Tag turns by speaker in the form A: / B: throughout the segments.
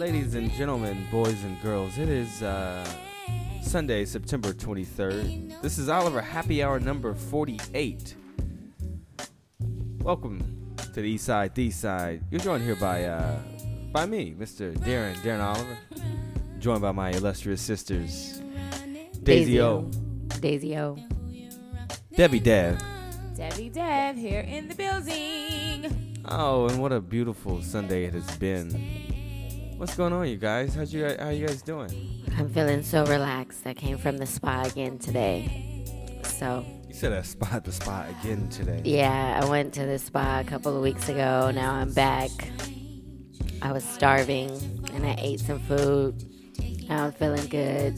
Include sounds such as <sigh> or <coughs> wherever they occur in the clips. A: and gentlemen, boys and girls, it is uh, Sunday, September 23rd. This is Oliver Happy Hour number 48. Welcome to the East Side, The Side. You're joined here by uh, by me, Mr. Darren, Darren Oliver. Joined by my illustrious sisters, Daisy O,
B: Daisy O.
A: Debbie Dev.
C: Debbie Dev here in the building.
A: Oh, and what a beautiful Sunday it has been. What's going on, you guys? How'd you guys, how you guys doing?
B: I'm feeling so relaxed. I came from the spa again today. So,
A: You said I spot the spot again today.
B: yeah, I went to the spa a couple of weeks ago. Now I'm back. I was starving and I ate some food. Now I'm feeling good.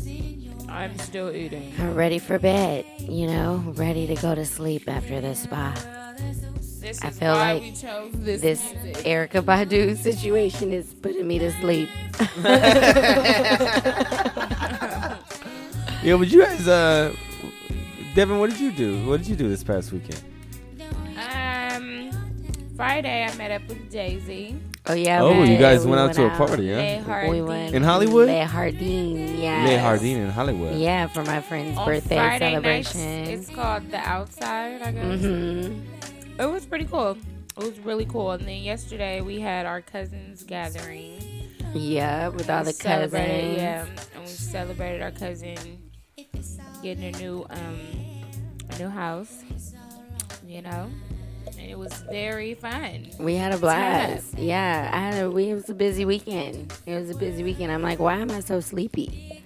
C: I'm still eating.
B: I'm ready for bed, you know, ready to go to sleep after the spa.
C: This
B: I
C: is
B: feel
C: why
B: like
C: we chose this,
B: This
C: music.
B: Erica Badu situation is putting me to sleep. <laughs>
A: Yeah, but you guys, uh, Devin, what did you do? What did you do this past weekend?
C: Um, Friday I met up with Daisy.
B: Oh, yeah.
A: oh,
B: we-
A: you guys
B: we
A: went out to a party,
C: They
A: huh?
C: hard
B: We went
A: In Hollywood?
B: Le Hardin, yeah.
A: Lay Hardin in Hollywood.
B: Yeah, for my friend's
C: on
B: birthday
C: Friday nights.
B: celebration.
C: It's called The Outside, I guess.
B: hmm
C: It was pretty cool. It was really cool. And then yesterday we had our cousins gathering.
B: Yeah, with all
C: We
B: the
C: celebrated-
B: cousins.
C: Yeah, and we celebrated our cousin getting a new um a new house. You know, and it was very fun.
B: We had a blast. Yeah, I had a, we, it was a busy weekend. It was a busy weekend. I'm like, why am I so
C: <laughs>
B: sleepy?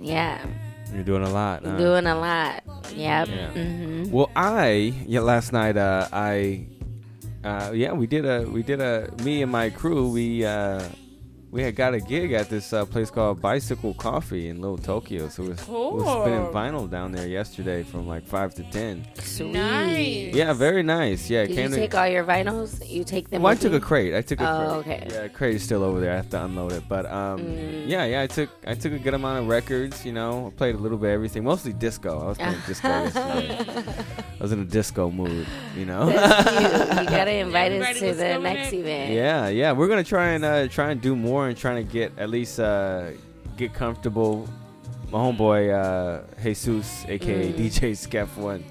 B: Yeah,
A: You're doing a lot. Huh?
B: doing a lot. Yep.
A: Yeah.
B: hmm
A: Well, I yeah, last night uh, I uh, yeah we did a we did a me and my crew we uh, we had got a gig at this uh, place called Bicycle Coffee in Little Tokyo. So we was, we was spinning
C: Cool.
A: vinyl down there yesterday from like five to ten.
B: Sweet.
C: Nice.
A: Yeah, very nice. Yeah,
B: Did
A: came to-
B: you take all your vinyls? You take them?
A: Well, I
B: with
A: took
B: you?
A: a crate. I took a
B: Oh,
A: crate.
B: okay.
A: Yeah, a crate is still over there. I have to unload it. But um,
B: Mm.
A: yeah, yeah, I took I took a good amount of records. You know, I played a little bit of everything, mostly disco. I was playing disco
B: <laughs>
A: yesterday. I was in a disco mood. You know.
B: That's cute. You
C: <laughs>
B: gotta invite
C: Everybody
B: us to
C: was
B: the
C: feeling
B: next
C: it.
B: event.
A: yeah, yeah. We're gonna try and uh, try and do more and trying to get at least uh, get comfortable. My homeboy uh, Jesus, aka
B: Mm.
A: DJ Skef
B: <laughs>
A: One.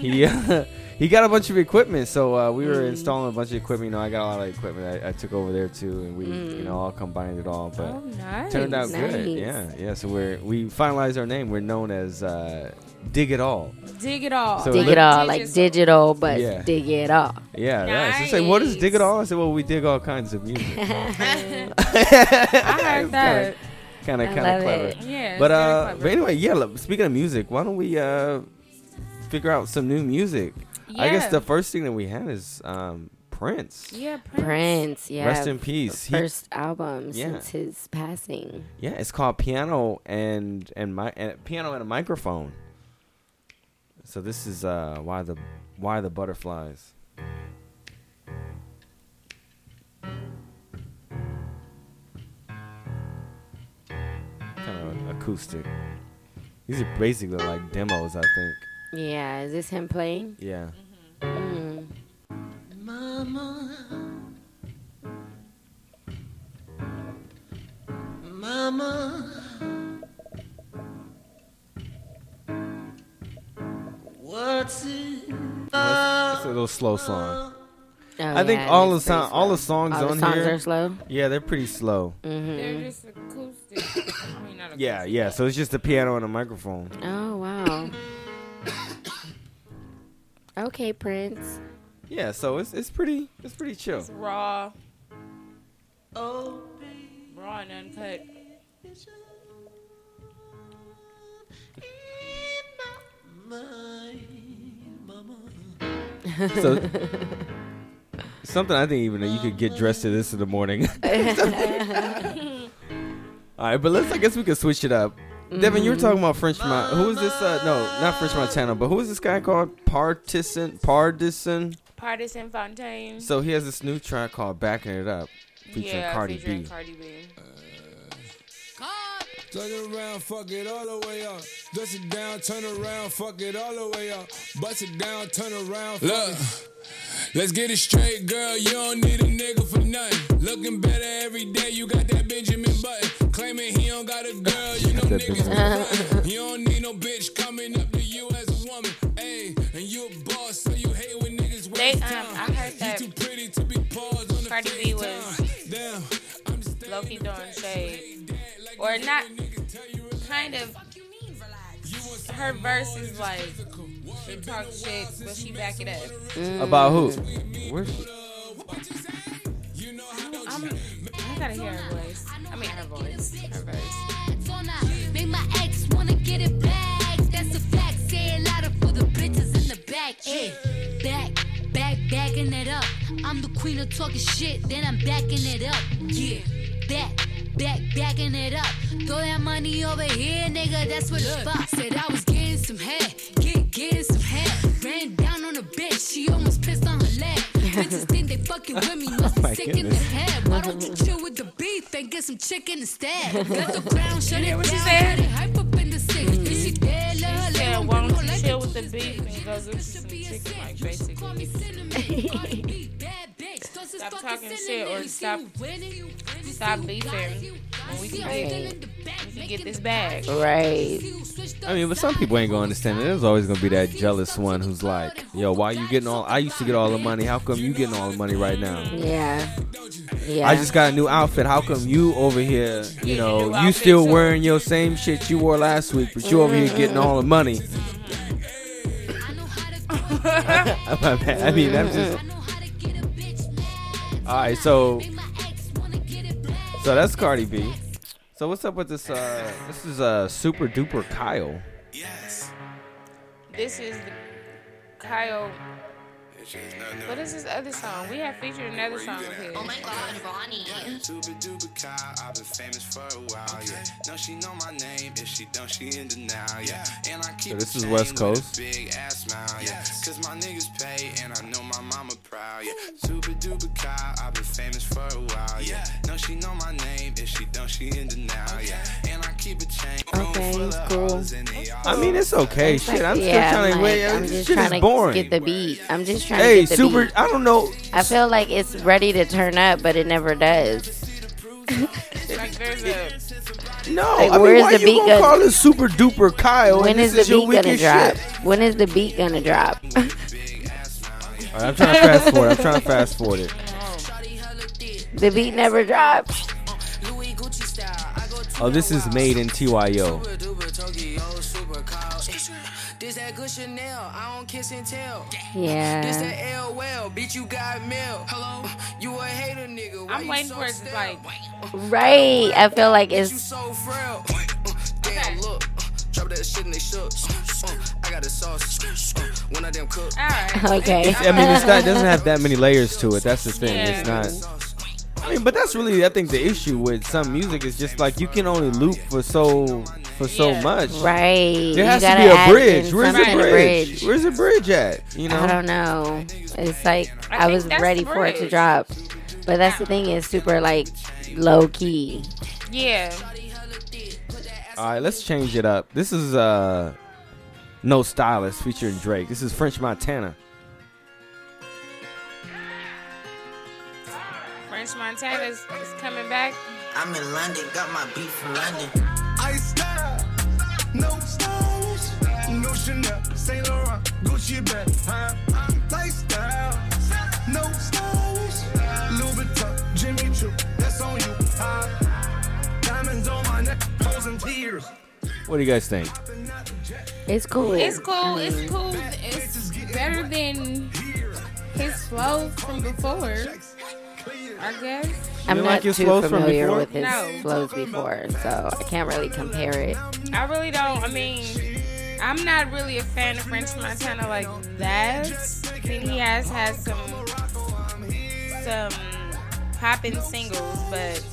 A: he uh, he got a bunch of equipment, so uh, we
B: Mm.
A: were installing a bunch of equipment. You know, I got a lot of equipment I, I took over there too, and we you
B: Mm.
A: know all combined it all, but.
C: Oh, nice.
A: Turned out good,
B: Nice.
A: yeah, yeah. So we're we finalized our name. We're known as uh, Dig It All.
C: Dig it all.
A: So
B: Dig
A: look-
B: it all, like digital, but
A: Yeah.
B: dig it all.
A: Yeah, nice. I say, what is Dig It
C: Nice.
A: All? I said, well, we dig all kinds of
B: <laughs>
A: music.
C: I heard that.
A: Kind of,
B: I
A: kind
B: love
A: of clever.
B: it.
C: Yeah.
A: But
C: it's
A: uh,
C: very
A: but
C: clever.
A: anyway, yeah. look, Speaking of music, why don't we uh figure out some new music? I guess
C: Yeah.
A: the first thing that we had is um Prince.
C: yeah Prince.
B: Prince, yeah.
A: Rest in peace. He-
B: First album
A: Yeah.
B: since his passing.
A: yeah, it's called Piano and and my and Piano and a Microphone. So this is uh why the why the butterflies. Kind of acoustic. These are basically like demos, I think.
B: Yeah, is this him playing?
A: Yeah.
B: Mm.
D: Mama, Mama, what's it?
A: It's a little slow song.
B: Oh,
A: I think
B: yeah, it
A: all the
B: is
A: song,
B: pretty
A: all the
B: slow.
A: songs
B: All the
A: on
B: songs
A: here.
B: are slow. Mm-hmm.
A: yeah, they're pretty slow.
C: They're just acoustic. <coughs> I mean, not acoustic.
A: Yeah, yeah. So it's just the piano and a microphone.
B: Oh wow. <coughs> okay, Prince.
A: Yeah, so it's it's pretty it's pretty chill.
C: It's raw,
D: Oh,
C: raw and uncut.
D: vision in my mind, Mama.
A: So something I think even that you could get dressed to this in the morning. All right, but let's I guess we could switch it up. Devin, you were talking about French Mon- Who is this? Uh, no, not French Montana, but who is this guy called? Partisan, Partisan.
C: Partisan Fontaine.
A: So he has this new track called "Backing It Up," featuring
C: yeah,
A: Cardi
C: featuring
A: B.
C: Cardi B.
E: Turn around, fuck it all the way up. Dust it down, turn around, fuck it all the way up. Bust it down, turn around. Look, let's get it straight, girl. You don't need a nigga for nothing. Looking better every day. You got that Benjamin Button. Claiming he don't got a girl. You know
A: That
E: niggas.
A: Benjamin
E: You don't need no bitch coming up to you as a woman. Ayy, and you a boss, so you hate when niggas
C: They,
E: waste
C: um,
E: time.
C: I heard
E: You
C: that
E: too pretty to be paused on the
C: Cardi B was
E: FaceTime. Damn, I'm just
C: low key throwing shade. Or not, kind of. Her verse is like, she talk shit, but she back it up.
A: About who? Where's she?
C: I'm, I gotta hear her voice. I mean, her voice. Her verse.
F: Make my ex wanna get it back. That's a fact. Say it louder for the bitches in the back. Ay, back, back, backing it up. I'm the queen of talking shit, then I'm backing it up. Yeah, back, back, backing it up. Throw that money over here, nigga. That's what it's about. Said I was getting some head, get getting some head. Ran down on a bitch, she almost pissed on her
C: <laughs>
F: leg. Bitches think they fucking with me, must
A: Oh my
F: be sick in the
A: goodness.
F: head. Why don't you chill with the beef and get some
C: <laughs>
F: chicken instead? Got the crown, shut
C: hear
F: it
C: what she
F: down,
C: said? Mm-hmm.
F: had it hype up in the six. Is she dead? Let her
C: She
F: lay
C: said,
F: on
C: why
F: the
C: don't
F: floor
C: you
F: like
C: chill
F: a
C: with the
F: Tuesday.
C: beef and go get you
F: Should
C: some
F: be a
C: chicken, like,
F: six. You should call me
C: basically.
F: cinnamon. Cardi B, bad bitch. Toss is
C: Stop
F: fucking
C: talking shit
F: cinnamon.
C: or
F: You see
C: stop-
F: you winning, you winning.
C: stop
F: See you
C: beefing
F: got it, you
C: we
F: got it.
C: can
F: See you
B: get-
F: still in the
C: We
F: back,
C: can get
F: making
C: this
F: the
C: bag.
B: Right.
A: I
F: I
A: mean, but some people ain't gonna understand it. There's always gonna be that jealous one who's like, "Yo, why you getting all? I used to get all the money. How come you getting all the money right now?
B: Yeah. Yeah.
A: I just got a new outfit. How come you over here? You
C: new
A: know, you
C: outfit Mm-hmm.
A: still
C: too.
A: wearing your same shit you wore last week, but you over here getting all the money.
C: <laughs>
A: <laughs> My bad. I mean, that's just
C: Mm-hmm.
A: all right. So, so that's Cardi B. So what's up with this? Uh, this is uh, super duper Kyle.
C: This is the Kyle. What is this other song? We have featured another song of his.
F: god, Ronnie.
G: Super duper Kyle, I've been famous for a while, yeah. No, she know my name. If she don't, she in denial, yeah. And I keep
A: So this
G: a
A: is
G: chain
A: West
G: with a
A: Coast?
G: big ass smile, yeah. Cause my niggas pay, and I know my mama proud, yeah. Super duper Kyle, I've been famous for a while, yeah. No, she know my name. If she don't, she in denial, yeah. And I keep a chain room
B: Okay,
G: full of
B: cool.
G: hoes and they all
A: I mean, it's okay. Shit, I'm still
B: yeah,
A: trying to
B: I'm
A: wait.
B: like, I'm
A: This
B: just
A: shit
B: trying
A: is
B: to
A: boring.
B: get the beat. I'm just trying
A: hey,
B: to get the
A: super.
B: beat.
A: I don't know.
B: I feel like it's ready to turn up, but it never does.
C: Like, there's a.
A: No,
B: Like,
A: I mean,
B: where is
A: why
B: the
A: you
B: beat
A: gonna
B: gonna-
A: call it Super Duper Kyle?
B: When
A: and
B: is
A: this
B: the
A: your
B: beat gonna
A: wicked
B: drop?
A: Shit?
B: When is the beat gonna drop? <laughs>
A: All right, I'm trying to fast forward. I'm trying to fast forward it.
B: the beat never drops.
A: Oh, this is made in TYO.
H: This that good Chanel, I don't kiss and tell. This
B: Yeah.
H: that LOL, bitch, you got mail. Hello, you a hater, nigga. Why
C: I'm
H: you
C: waiting
H: so
C: for it to
H: stale?
C: like.
B: Right. I feel like
H: You
B: it's
H: so frail. Uh, Damn, look, uh, drop that shit and they shook. Uh, I got a sauce. Uh, When I damn cook.
B: <laughs>
C: Alright.
B: okay.
A: I mean, it's not, it doesn't have that many layers to it. That's the thing. It's
C: Yeah.
A: not. I mean, but that's really I think the issue with some music is just like you can only loop for so for so
C: Yeah.
A: much.
B: Right.
A: There has
B: you
A: to
B: gotta
A: be a
B: add
A: bridge.
B: in
A: Where's the
B: something to
A: bridge? Where's the bridge at? You know.
B: I don't know. It's like
C: I
B: I,
C: think
B: was
C: that's
B: ready
C: the
B: for it to
C: bridge.
B: drop, but that's the thing. It's super like low key.
C: Yeah.
A: All right, let's change it up. This is uh, No Stylist featuring Drake. This is French Montana.
C: French Montana is is coming back.
I: I'm in London, got my beef from London.
E: I style, no stylish, no Chanel, Saint Laurent, Gucci bag, huh? I'm lifestyle, no stylish, Louis Vuitton, Jimmy Choo, that's on you, huh? Diamonds on my neck, posing tears.
A: What do you guys think?
B: It's cool.
C: It's cool. It's cool. It's better than his flow from before. I guess.
B: I'm
A: You
B: not
A: like
B: too
A: his flows from
B: familiar
A: before?
B: with his
C: No.
B: flows before, so I can't really compare it.
C: I really don't. I mean, I'm not really a fan of French Montana like that. I mean, he has had some some popping singles, but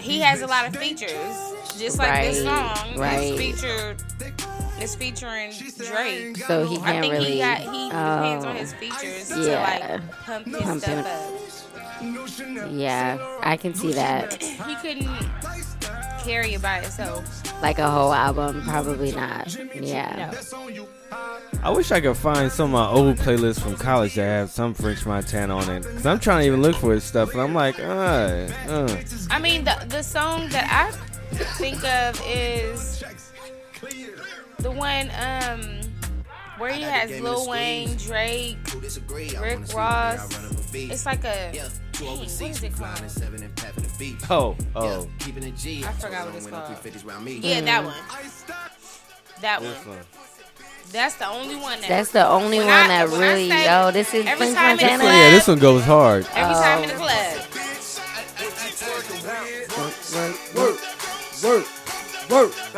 C: he has a lot of features. Just like this
B: Right,
C: song,
B: right.
C: is featured. It's featuring Drake.
B: So he
C: I
B: can't
C: think
B: really.
C: he got he depends on
B: oh,
C: his features
B: yeah.
C: to like pump his
B: Pump
C: stuff
B: it.
C: up.
E: No Chanel,
B: yeah, I can see that.
C: He couldn't carry it by itself.
B: Like a whole album, probably not. Yeah.
A: I wish I could find some of my old playlists from college that have some French Montana on it. Cause I'm trying to even look for his stuff, and I'm like, uh, uh.
C: I mean, the the song that I think of is the one um where he has Lil Wayne, Drake, Rick Ross. It's like a dang, what is it called?
A: Oh, oh,
H: Keeping it G.
C: I forgot what it's called.
H: 50s round me.
C: Yeah, that one. That
A: this
C: one.
A: one.
C: That's the only one. That,
B: That's the only
C: When
B: one
C: I-
B: that
C: when I
B: really,
C: say
B: yo, this is
C: every
B: French
C: time it's
B: Montana.
C: like-
A: Yeah, this one goes hard.
C: every time in the
B: Oh.
C: club. I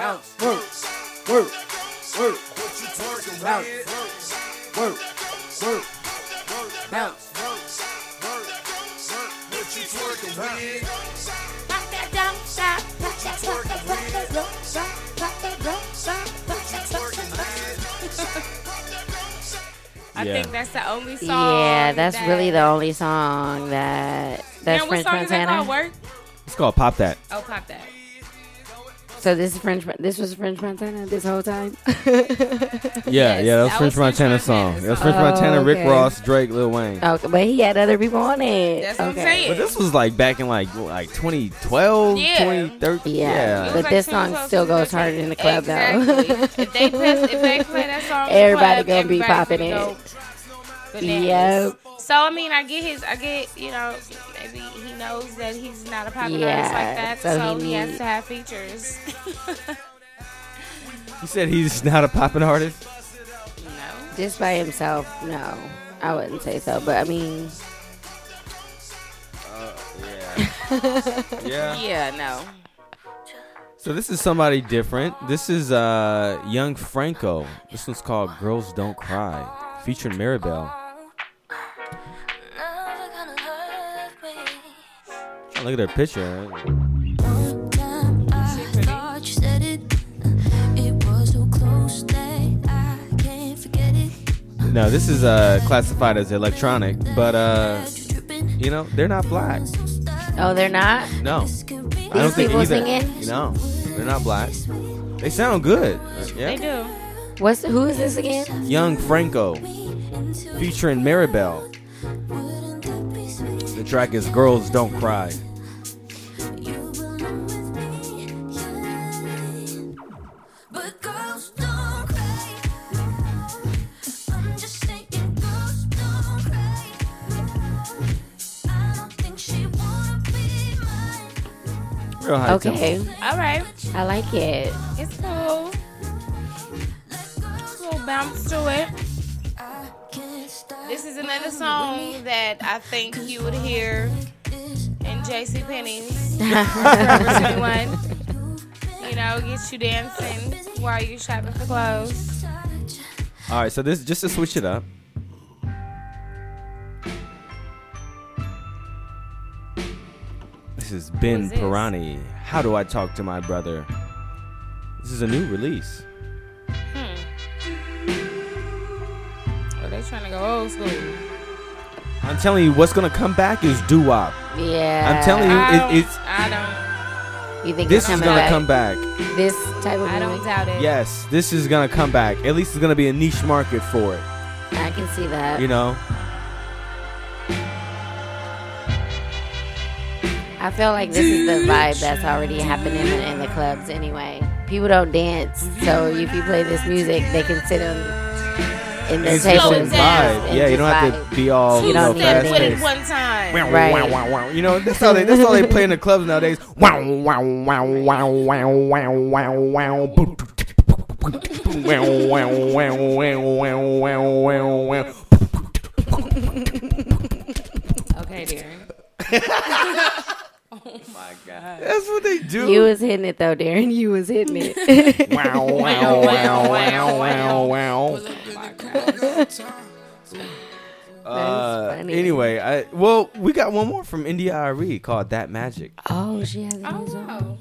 A: Yeah.
C: think that's the only song.
B: Yeah, that's
C: that-
B: really the only song that that's
C: Now, what
B: French
C: song is that called?
B: Montana.
C: Work.
A: It's called Pop That.
C: Oh, pop that.
B: So this is French. This was French Montana this whole time.
A: Yeah,
C: Yes,
A: yeah, that's
C: that
A: French
C: was
A: Montana
C: French Montana's
A: song. That's
C: song.
A: French Montana,
B: Oh,
A: Rick
B: okay.
A: Ross, Drake, Lil Wayne.
C: Oh.
B: okay, but he had other people on it.
C: That's
B: okay.
C: what I'm saying.
A: But this was like back in like like 2012,
C: Yeah.
A: 2013.
B: Yeah,
C: It was
B: but
C: like
B: this song
C: 2012,
B: still goes harder in the club, though.
C: exactly.
B: <laughs>
C: if they play, if they play that song, in the
B: Everybody
C: club,
B: gonna be
C: everybody
B: popping it.
C: gonna go bananas.
B: Yep.
C: So I mean, I get his, I get you know, maybe he knows that he's not a popular artist like
B: Yeah,
C: that,
B: so
C: so,
B: he
C: he, has
B: need-
C: to have features. <laughs>
A: He said he's not a popping artist.
C: you know,
B: Just by himself, no, I wouldn't say so. But I mean,
A: Yeah. yeah.
C: yeah, no.
A: So this is somebody different. This is uh Young Franco. This one's called Girls Don't Cry, featuring Maribel. Look at her picture. No, this is uh classified as electronic, but uh you know, they're not black.
B: oh, they're not.
A: No. I
B: These
A: don't think
B: people
A: either.
B: singing?
A: No, they're not black. They sound good. Uh,
C: They
A: Yeah.
C: do.
B: What's who is this again?
A: Young Franco featuring Maribel. The track is Girls Don't Cry. Real high
B: Okay,
A: tempo.
C: All right,
B: I like it.
C: it's cool. Little bounce to it. This is another song that I think you would hear in
B: <laughs>
C: JC Penney's Forever 21. You know, gets you dancing while you're shopping for clothes.
A: All right, so this just to switch it up. This is Ben
C: is this?
A: Pirani. How do I talk to my brother? This is a new release.
C: Oh, they trying to go old school.
A: I'm telling you, what's gonna come back is doo wop.
B: Yeah,
A: I'm telling you,
C: I
A: it,
C: don't,
A: it's
C: I
B: You think
A: this
B: it's
A: is
B: coming
A: gonna
B: back?
A: come back.
B: This type of
C: don't, I don't
B: movie?
C: doubt it.
A: Yes, this is gonna come back. At least it's gonna be a niche market for it.
B: I can see that.
A: You know,
B: I feel like this is the vibe that's already happening in, in the clubs anyway. People don't dance, so if you play this music, they can sit on in the
A: it's just
C: slow
A: a
C: it
B: tables.
A: vibe.
C: down
B: and
A: Yeah, you
B: just
A: don't have to
B: vibe.
A: be all
C: Two
A: you know
B: don't need
A: fast
C: step with
B: to
C: it
A: paced.
C: one time.
B: Right.
A: You know, that's all they that's all they play in the clubs nowadays. Wow, wow, wow, wow, wow, wow, wow, wow. Boom, boom, boom, boom, wow, wow, wow, wow, wow, wow, wow, wow.
C: Okay, dear. oh my god.
A: That's what they do.
B: You was hitting it though, Darren. You was hitting it.
A: wow, wow, wow,
C: <laughs>
A: wow, wow, wow.
J: Oh
A: Uh,
B: funny.
A: anyway, I well, we got one more from India Ari called That Magic.
B: <laughs> oh, she has a new
C: Oh,
B: song.
C: wow.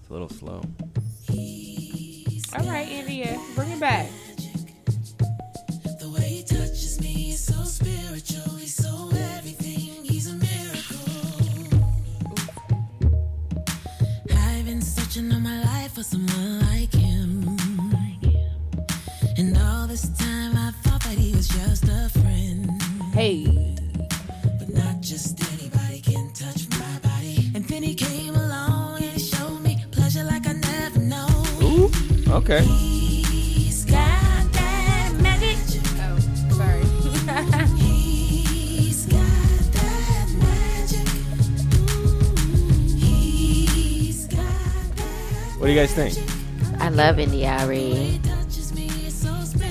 A: It's a little slow.
C: All right, India, bring it back.
E: The way he touches me is so spiritual. He's so everything. He's amazing.
K: for someone like him. And all this time I thought that he was just a friend.
B: Hey.
K: But not just anybody can touch my body. And then he came along and he showed me pleasure like I never know.
A: Ooh, okay.
K: He's got that magic.
C: Oh,
K: <laughs>
C: sorry.
K: He's got that magic. Ooh, he's got that
A: What do you guys think?
B: I love Indiari.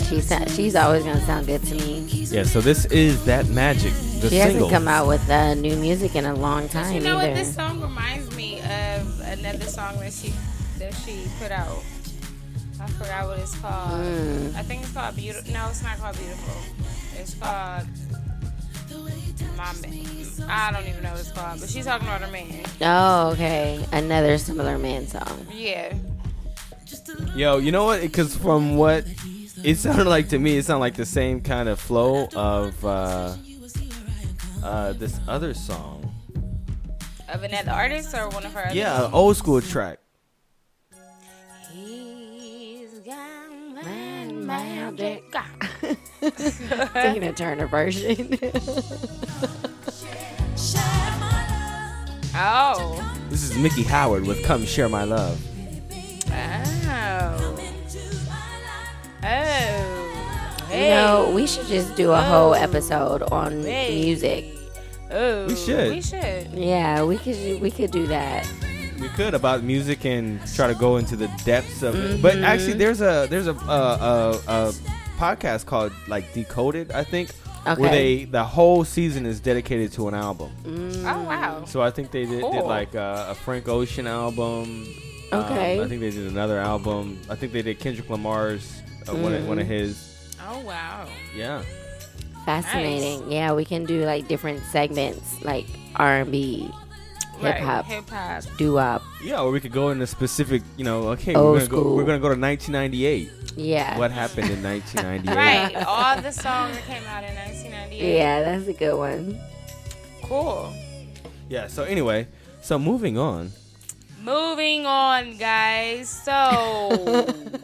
B: She sa- she's always gonna sound good to me.
A: Yeah, so this is that magic. The
B: she
A: single.
B: hasn't come out with uh, new music in a long time
C: You know
B: either.
C: what? This song reminds me of another song that she that she put out. I forgot what it's called.
B: Mm.
C: I think it's called Beautiful. No, it's not called Beautiful. It's called My Man. I don't even know what it's called, but she's talking about her man.
B: Oh, okay. Another similar man song.
C: Yeah.
A: Yo, you know what? Because from what it sounded like to me, it sounded like the same kind of flow of uh, uh, this other song.
C: Of another artist or one of her other
A: Yeah, an old school track.
C: He's got
B: Man, magic. Tina Turner version.
C: Oh.
A: This is Mickey Howard with "Come Share My Love."
C: Oh. Oh.
B: <laughs> You know, we should just do a whole episode on
C: Hey.
B: music.
C: Oh.
A: We should.
C: We should.
B: Yeah, we could we could do that.
A: We could about music and try to go into the depths of it.
B: Mm-hmm.
A: But actually, there's a there's a uh, a, a podcast called like Decoded, I think, where
B: Okay. Mm.
A: they the whole season is dedicated to an album.
C: Oh wow.
A: So I think they did, did
C: Cool.
A: like uh, a Frank Ocean album. Um,
B: Okay.
A: I think they did another album. I think they did Kendrick Lamar's uh, one, of,
B: Mm-hmm.
A: one of his.
C: Oh wow.
A: Yeah.
B: Fascinating. Yeah, we can do like different segments like R&B, hip hop,
C: Hip hop.
B: doo-wop.
A: Yeah, or we could go into specific, you know, okay,
B: Old
A: we're gonna go
B: school.
A: we're gonna go to 1998.
B: Yeah.
A: What happened
B: <laughs>
A: in 1998?
C: Right. All the songs that came out in 1998.
B: Yeah, that's a good one.
C: Cool.
A: Yeah, so anyway, so moving on.
C: Moving on, guys. So.
B: <laughs>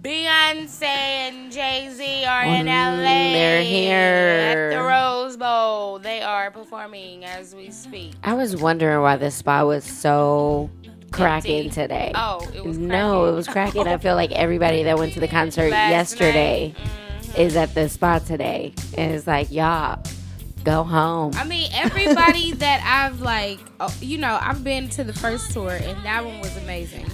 C: Beyonce and Jay Z are in
B: Mm,
C: LA.
B: they're
C: At the
B: here.
C: Rose Bowl. They are performing as we speak.
B: I was wondering why this spot was so cracking
C: Empty.
B: today.
C: Oh, it was
B: no,
C: cracking.
B: it was cracking. I feel like everybody that went to the concert
C: Last
B: yesterday
C: night. Mm-hmm.
B: is at the spot today. And it's like, y'all, go home.
C: I mean,
B: <laughs>
C: everybody that I've like, oh, you know, I've been to the first tour, and that one was amazing.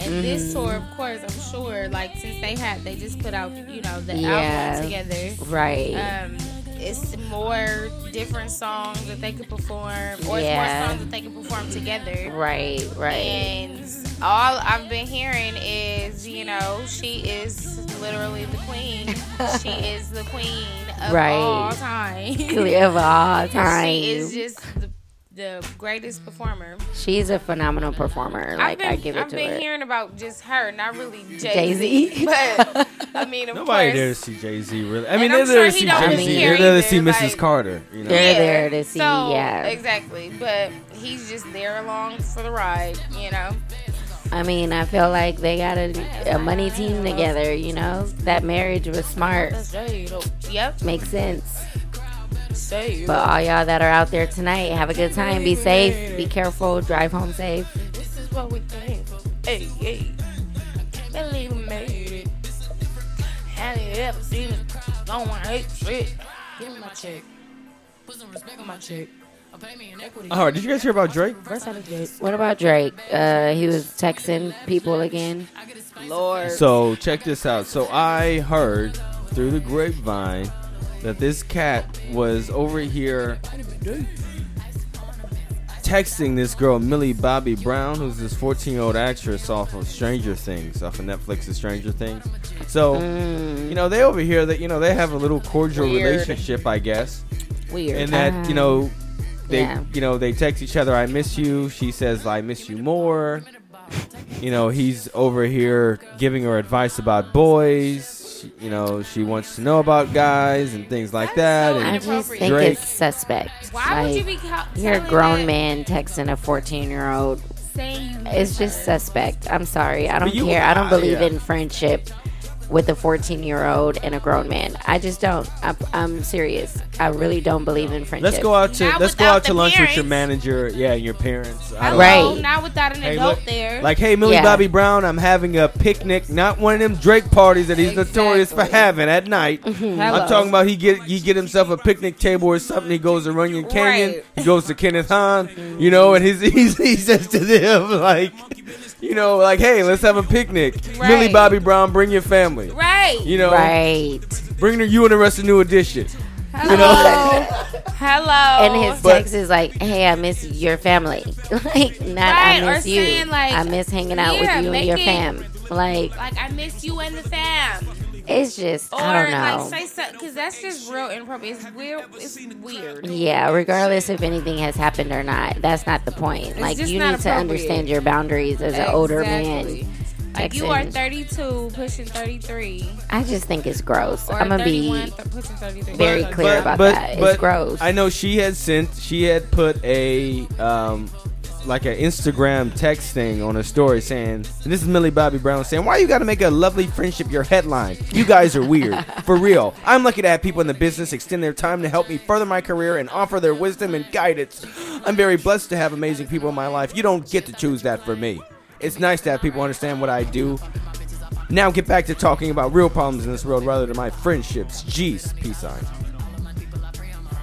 C: And
B: Mm-hmm.
C: this tour, of course, I'm sure, like since they had, they just put out, you know, the
B: Yeah.
C: album together.
B: right.
C: Um, it's more different songs that they could perform,
B: Yeah.
C: or it's more songs that they could perform together.
B: right, right.
C: And all I've been hearing is, you know, she is literally the queen.
B: <laughs>
C: she is the queen of
B: Right.
C: all time.
B: Clear of all time.
C: She is just the, the greatest performer.
B: She's a phenomenal performer. Mm. Like
C: I've been,
B: I give it
C: have
B: to
C: been
B: her.
C: hearing about just her, not really Jay
B: Jay-Z.
C: Z. <laughs> But I mean, of
A: Nobody there to
C: course.
A: see Jay Z really. I mean,
C: I'm
A: they're there to
C: sure he
A: see
C: don't
A: Jay
B: really
A: Z.
B: care
A: They're there to
C: either,
A: see Mrs.
C: like-
A: Carter. You know.
B: <laughs> They're there to see,
C: So,
B: yeah.
C: exactly. But he's just there along for the ride, you know.
B: I mean, I feel like they got a, a money team together. You know, that marriage was smart.
C: Yep.
B: Makes sense. But all y'all that are out there tonight, have a good time. Be safe. Be careful. Drive home safe.
C: This is what we came for. Hey, hey. Believe we made it. Have you ever seen it? Don't want to hate shit.
K: Give me my check. Put some respect on my check. I'll pay me in equity.
A: Oh, did you guys hear about Drake?
B: What about Drake? Uh, he was texting people again.
C: Lord.
A: So check this out. So I heard through the grapevine that this cat was over here texting this girl Millie Bobby Brown, who's this 14-year-old actress off of Stranger Things, off of Netflix's Stranger Things. So you know they over here that you know they have a little cordial
C: Mm. Weird.
A: relationship, I guess,
C: Weird.
A: and that you know. They,
B: Yeah.
A: you know, they text each other. I miss you. She says, "I miss you more." you know, he's over here giving her advice about boys. she, you know, she wants to know about guys and things like that. and
B: Uh, I just think
A: Drake,
B: it's suspect.
C: Why would you
B: Like,
C: be ca-
B: You're a
C: telling
B: grown
C: that-
B: man texting a 14 year old.
C: Saying you
B: It's just suspect. I'm sorry. I
C: But
B: don't
C: you-
B: care. I don't
C: ah,
B: believe
C: yeah.
B: in friendship with a 14 year old and a grown man. I just don't. I, I'm serious. I really don't believe in friendship.
A: let's go out to let's go out to lunch with your manager, yeah, and your parents. I don't
B: Right.
A: know.
B: Well,
C: not without an
A: Hey,
C: adult
A: look,
C: there.
A: Like, hey, Millie
B: Yeah.
A: Bobby Brown, I'm having a picnic, not one of them Drake parties that he's notorious for having at night.
B: Mm-hmm.
C: Hello.
A: I'm talking about he get he get himself a picnic table or something. He goes to Runyon Canyon.
C: Right.
A: He goes to Kenneth Hahn, you know, and his he's, <laughs> he says to them like, you know, like, hey, let's have a picnic.
C: Right.
A: Millie Bobby Brown, bring your family.
C: Right.
A: You know,
B: right.
A: Bring her, you and the rest of New Edition.
C: Hello. Hello.
B: And his
C: Oh.
A: But-
B: text is like, "Hey, I miss your family. <laughs> like, not I
C: Right, or
B: miss you.
C: saying, like,
B: I miss hanging out
C: yeah,
B: with you and
C: make
B: your
C: it-
B: fam. Like,
C: like I miss you and the fam,
B: it's just
C: or
B: I don't know.
C: like say something because that's just real inappropriate. It's weird. It's weird.
B: yeah, regardless if anything has happened or not, that's not the point. like,
C: just
B: you
C: not
B: need to
C: appropriate.
B: understand your boundaries as an older man.
C: Exactly. Like you are
B: Texans.
C: 32, pushing 33.
B: I just think it's gross.
C: Or
B: I'm gonna be
C: 31, th- pushing 33.
B: very
C: But-
B: clear about
A: but-
B: that.
A: but
B: it's gross.
A: I know she had sent. She had put a um, like an Instagram text thing on her story saying, and "This is Millie Bobby Brown saying, why you got to make a lovely friendship your headline? You guys are
B: <laughs>
A: weird, for real. I'm lucky to have people in the business extend their time to help me further my career and offer their wisdom and guidance. I'm very blessed to have amazing people in my life. You don't get to choose that for me. It's nice to have people understand what I do." Now get back to talking about real problems in this world rather than my friendships. Jeez, peace sign.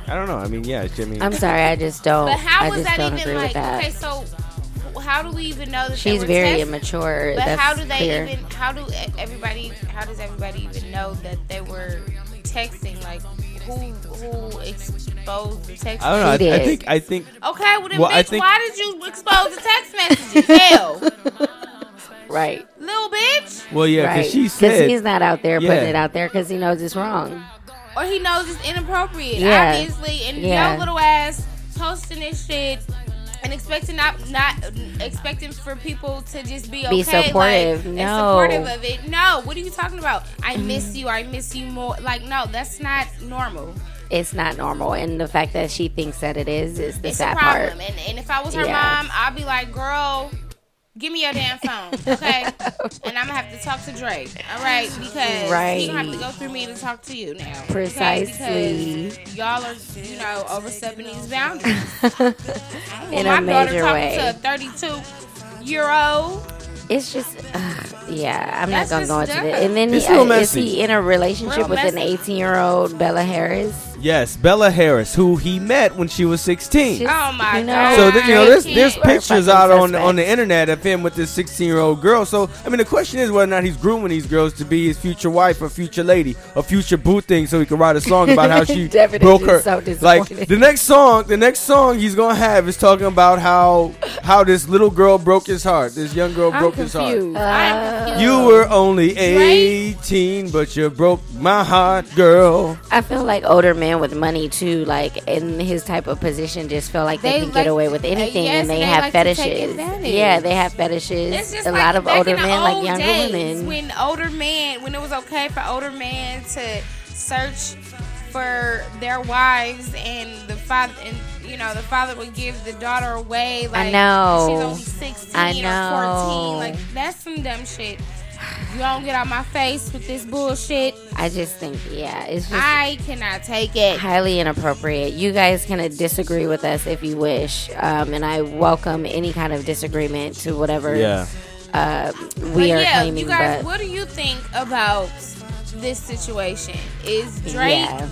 A: I don't know. I mean, yeah, it's- I mean,
B: I'm sorry. I just don't.
C: <laughs> But how
B: I
C: was
B: just
C: that
B: don't
C: even
B: agree
C: like?
B: with that.
C: Okay, so how do we even know that they
B: She's
C: were
B: very
C: test-
B: immature.
C: But
B: That's
C: how do they
B: clear.
C: even? How do e- everybody? How does everybody even know that they were texting? Like who who exposed the text?
A: I don't know. I, I think I think
C: Okay, well then,
A: Well, I
C: bitch,
A: think-
C: why did you expose the text messages? Hell, <laughs>
B: right.
C: little bitch,
A: well, yeah, because
B: right.
A: she said
B: he's not out there
A: Yeah.
B: putting it out there because he knows it's wrong.
C: or he knows it's inappropriate,
B: Yeah.
C: obviously, and
B: Yeah.
C: your little ass posting this shit. And expecting not not expecting for people to just be okay,
B: Be supportive.
C: like, and
B: No.
C: supportive of it. No, what are you talking about? I miss you. I miss you more. Like, no, that's not normal.
B: It's not normal, and the fact that she thinks that it is is the
C: it's
B: sad
C: a problem.
B: part.
C: And, and if I was her
B: Yeah.
C: mom, I'd be like, girl, give me your damn
B: <laughs>
C: phone, okay? and I'm gonna have to talk to Drake, all right? Because
B: Right.
C: you don't have to go through me to talk to you now. okay?
B: Precisely.
C: Because y'all are, you know, overstepping these boundaries.
B: <laughs> In
C: My
B: a
C: daughter
B: major
C: talking to a
B: way,
C: 32 year old.
B: it's just, ugh, yeah. I'm
C: That's
B: not gonna go
C: just
B: into
C: dumb.
B: it. And then
A: It's
B: he,
A: real
B: uh, is
A: messy.
B: he in a relationship
C: Real
B: with an
C: messy.
B: 18 year old Bella Harris?
A: yes, Bella Harris, who he met when she was sixteen.
B: Just-
C: Oh my
B: you know,
C: God.
A: so th- you know,
C: I
A: there's
C: can't.
A: there's
B: We're
A: pictures
B: fucking
A: out on on
B: suspects.
A: the internet of him with this 16 year old girl. So I mean, the question is whether or not he's grooming these girls to be his future wife or future lady or future boo thing, so he can write a song about how she
B: <laughs> Devin is
A: broke her.
B: just so
A: like
B: disappointed.
A: the next song, the next song he's gonna have is talking about how how this little girl broke his heart. This young girl broke his heart.
C: I'm
B: Uh,
C: confused.
A: You were only 18, but you broke my heart, girl.
B: I feel like older men with money too, like in his type of position, just feel like they,
C: They
B: can
C: like-
B: get away with
C: uh,
B: anything,
C: yes,
B: and they,
C: and they
B: have
C: like to take
B: fetishes.
C: advantage.
B: Yeah, they have fetishes.
C: It's just
B: a
C: like
B: lot of
C: back
B: older
C: in the
B: men like
C: old
B: younger
C: days
B: women.
C: When older men, when it was okay for older men to search for their wives and the father, and you know, the father would give the daughter away. Like
B: know.
C: she's only sixteen
B: I
C: or fourteen.
B: know.
C: Like that's some dumb shit. You don't get out my face with this bullshit.
B: I just think, yeah, it's just
C: I cannot take it.
B: highly inappropriate. You guys can uh, disagree with us if you wish, um, and I welcome any kind of disagreement to whatever
A: Yeah.
B: uh, we
C: but
B: are
C: yeah,
B: claiming.
C: you guys,
B: but
C: what do you think about this situation? Is Drake
B: yeah,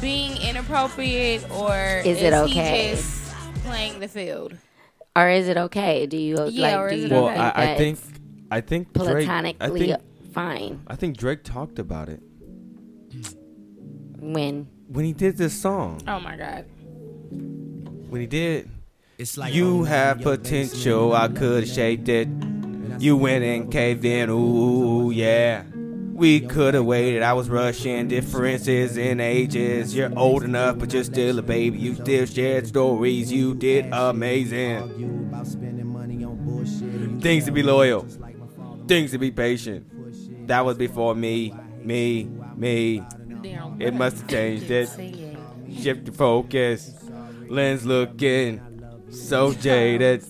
C: being inappropriate or
B: Is it
C: he
B: okay?
C: just playing the field?
B: or is it okay? Do you
C: Yeah,
B: like?
C: or
B: do
C: is
B: you
C: it
A: Well,
C: okay?
B: think
A: I, I
B: that's
A: think I think Drake, I
B: platonically
A: think
B: fine?
A: I think Drake talked about it
B: When
A: when he did this song.
C: Oh my god.
A: When he did,
L: It's like
A: you have potential. I could have shaped it. You went and caved in. Ooh yeah. We could have waited. I was rushing differences in ages. You're old enough, but you're still a baby. You still shared stories. You did amazing.
L: Argue about spending money on bullshit.
A: Things to be loyal. Things to be patient. That was before me. me, me.
C: Damn,
A: It must have changed it.
C: Singing.
A: Shift the focus. Lens looking so jaded.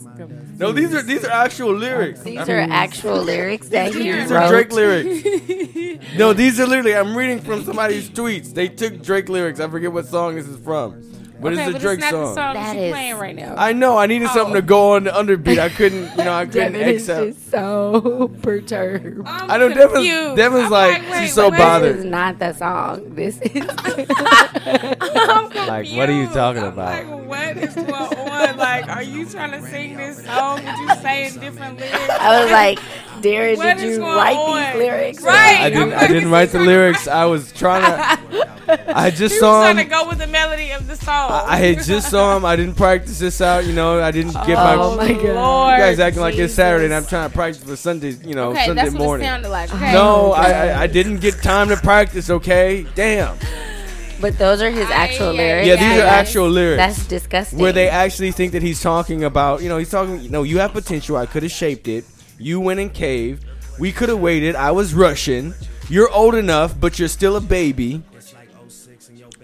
A: No, these are these are actual lyrics.
B: These are actual lyrics that
A: <laughs>
B: he
A: These
B: wrote.
A: are Drake lyrics. no, these are literally. I'm reading from somebody's tweets. They took Drake lyrics. I forget what song this is from, but
C: okay,
A: it's a
C: but
A: Drake
C: it's not
A: song.
C: the song Oh. that
B: That
C: she's
B: is-
C: playing right now.
A: I know. I needed something to go on the underbeat. I couldn't. You know,
C: <laughs>
A: I couldn't
B: Devin is
A: accept.
B: just so <laughs> perturbed.
C: I'm
A: I know Devin's,
C: confused.
A: Devin's
C: I'm
A: like,
C: wait,
A: she's so
C: what?
A: bothered.
B: This is not the song. This is
C: <laughs> I'm confused.
A: Like, what are you talking about?
C: Like, what is going on? Like, are you trying to sing this song? Would you say in different lyrics?
B: I was like, Darren,
C: What
B: did
C: is
B: you
C: going
B: write
C: on?
B: these lyrics?
C: Right.
A: I
C: I'm
A: didn't. I
C: like,
A: didn't write the lyrics. I was trying to.
C: <laughs>
A: I just
C: she
A: saw
C: was
A: him.
C: trying to go with the melody of the song.
A: I had just saw him. I didn't practice this out. You know, I didn't get my.
B: Oh my
A: You
B: god.
C: Lord,
A: guys acting like it's Saturday and I'm trying to practice for Sunday. You know,
C: okay,
A: Sunday
C: that's what
A: morning.
C: it sounded like. Oh, Okay.
A: No, I, I I didn't get time to practice. Okay, damn.
B: But those are his actual
C: Ay, ay,
B: lyrics.
A: Yeah, these are
B: That's-
A: actual lyrics.
B: That's disgusting.
A: where they actually think that he's talking about, you know, he's talking, you know, you have potential. I could have shaped it. You went and caved. We could have waited. I was rushing. You're old enough, but you're still a baby.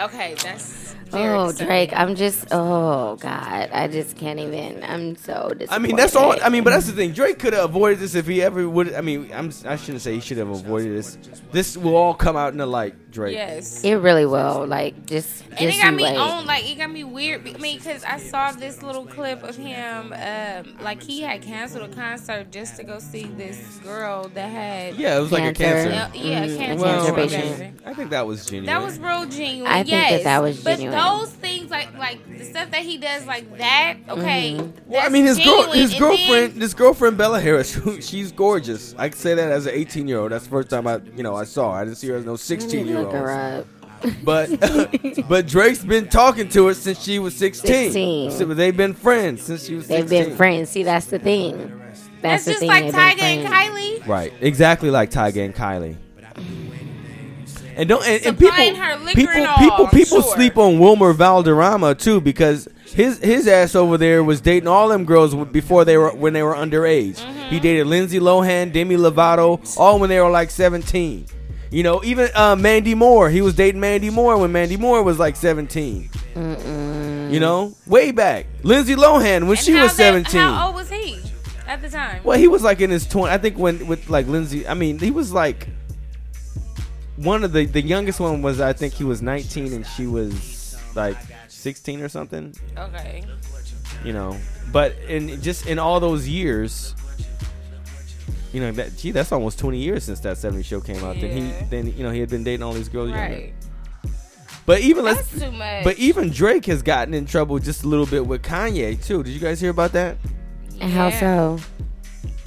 C: Okay, that's.
B: Oh,
C: lyrics.
B: Drake, I'm just oh god, I just can't even. I'm so disappointed.
A: I mean, that's all. I mean, but that's the thing. Drake could have avoided this if he ever would. I mean, I'm, I shouldn't say he should have avoided this. This will all come out in the light, Drake.
C: Yes.
B: it really will. Like just just
C: and it got
B: you
C: me
B: wait.
C: on like it got me weird. be- I mean, because I saw this little clip of him, um, like he had canceled a concert just to go see this girl that had
A: Yeah, it was like a
B: Cancer.
A: cancer.
C: yeah, yeah
B: Mm,
C: cancer.
B: well,
A: I,
B: Cancer
C: whatever.
A: mean, I think that was genuine.
C: That was real genuine.
B: I think that
C: yes.
B: that was genuine.
C: But those things, like like the stuff that he does, like that.
B: Mm-hmm.
C: Okay.
A: Well, I
C: that's
A: mean, his girl,
C: genuine,
A: his
C: and then-
A: girlfriend, his girlfriend Bella Harris. <laughs> who- She's gorgeous. I can say that as an 18 year old. That's the first time I, you know, I saw. her. I didn't see her as no
B: Let me
A: 16 year
B: look
A: old.
B: her up.
A: But <laughs> but Drake's been talking to her since she was 16.
B: 16.
A: So They've been friends since she was.
B: They've
A: 16.
B: been friends. See, that's the thing. That's,
C: that's
B: the
C: just
B: thing.
C: like
B: they've
C: Tyga
B: been
C: and
B: friends.
C: Kylie
A: Right, exactly like Tyga and Kylie. And don't and, and people
C: Supplying her liquor
A: people
C: and all,
A: people
C: I'm
A: people
C: sure.
A: sleep on Wilmer Valderrama too because his his ass over there was dating all them girls w- before they were when they were underage.
C: Mm-hmm.
A: He dated Lindsay Lohan, Demi Lovato, all when they were like seventeen. You know, even uh, Mandy Moore. He was dating Mandy Moore when Mandy Moore was like 17 You know, way back. Lindsay Lohan when
C: And
A: she
C: how
A: was
C: that-
A: seventeen.
C: How old was he at the time?
A: Well, he was like in his twenty. I think when with like Lindsay. I mean, he was like one of the the youngest one was I think he was nineteen and she was like sixteen or something.
C: Okay.
A: You know, but in just in all those years, you know that gee, that's almost twenty years since that seventy show came out. Then
C: Yeah.
A: he then you know he had been dating all these girls. younger.
C: Right.
A: But even let's.
C: That's too much.
A: But e- even Drake has gotten in trouble just a little bit with Kanye too. Did you guys hear about that?
B: And How
C: Yeah.
B: so?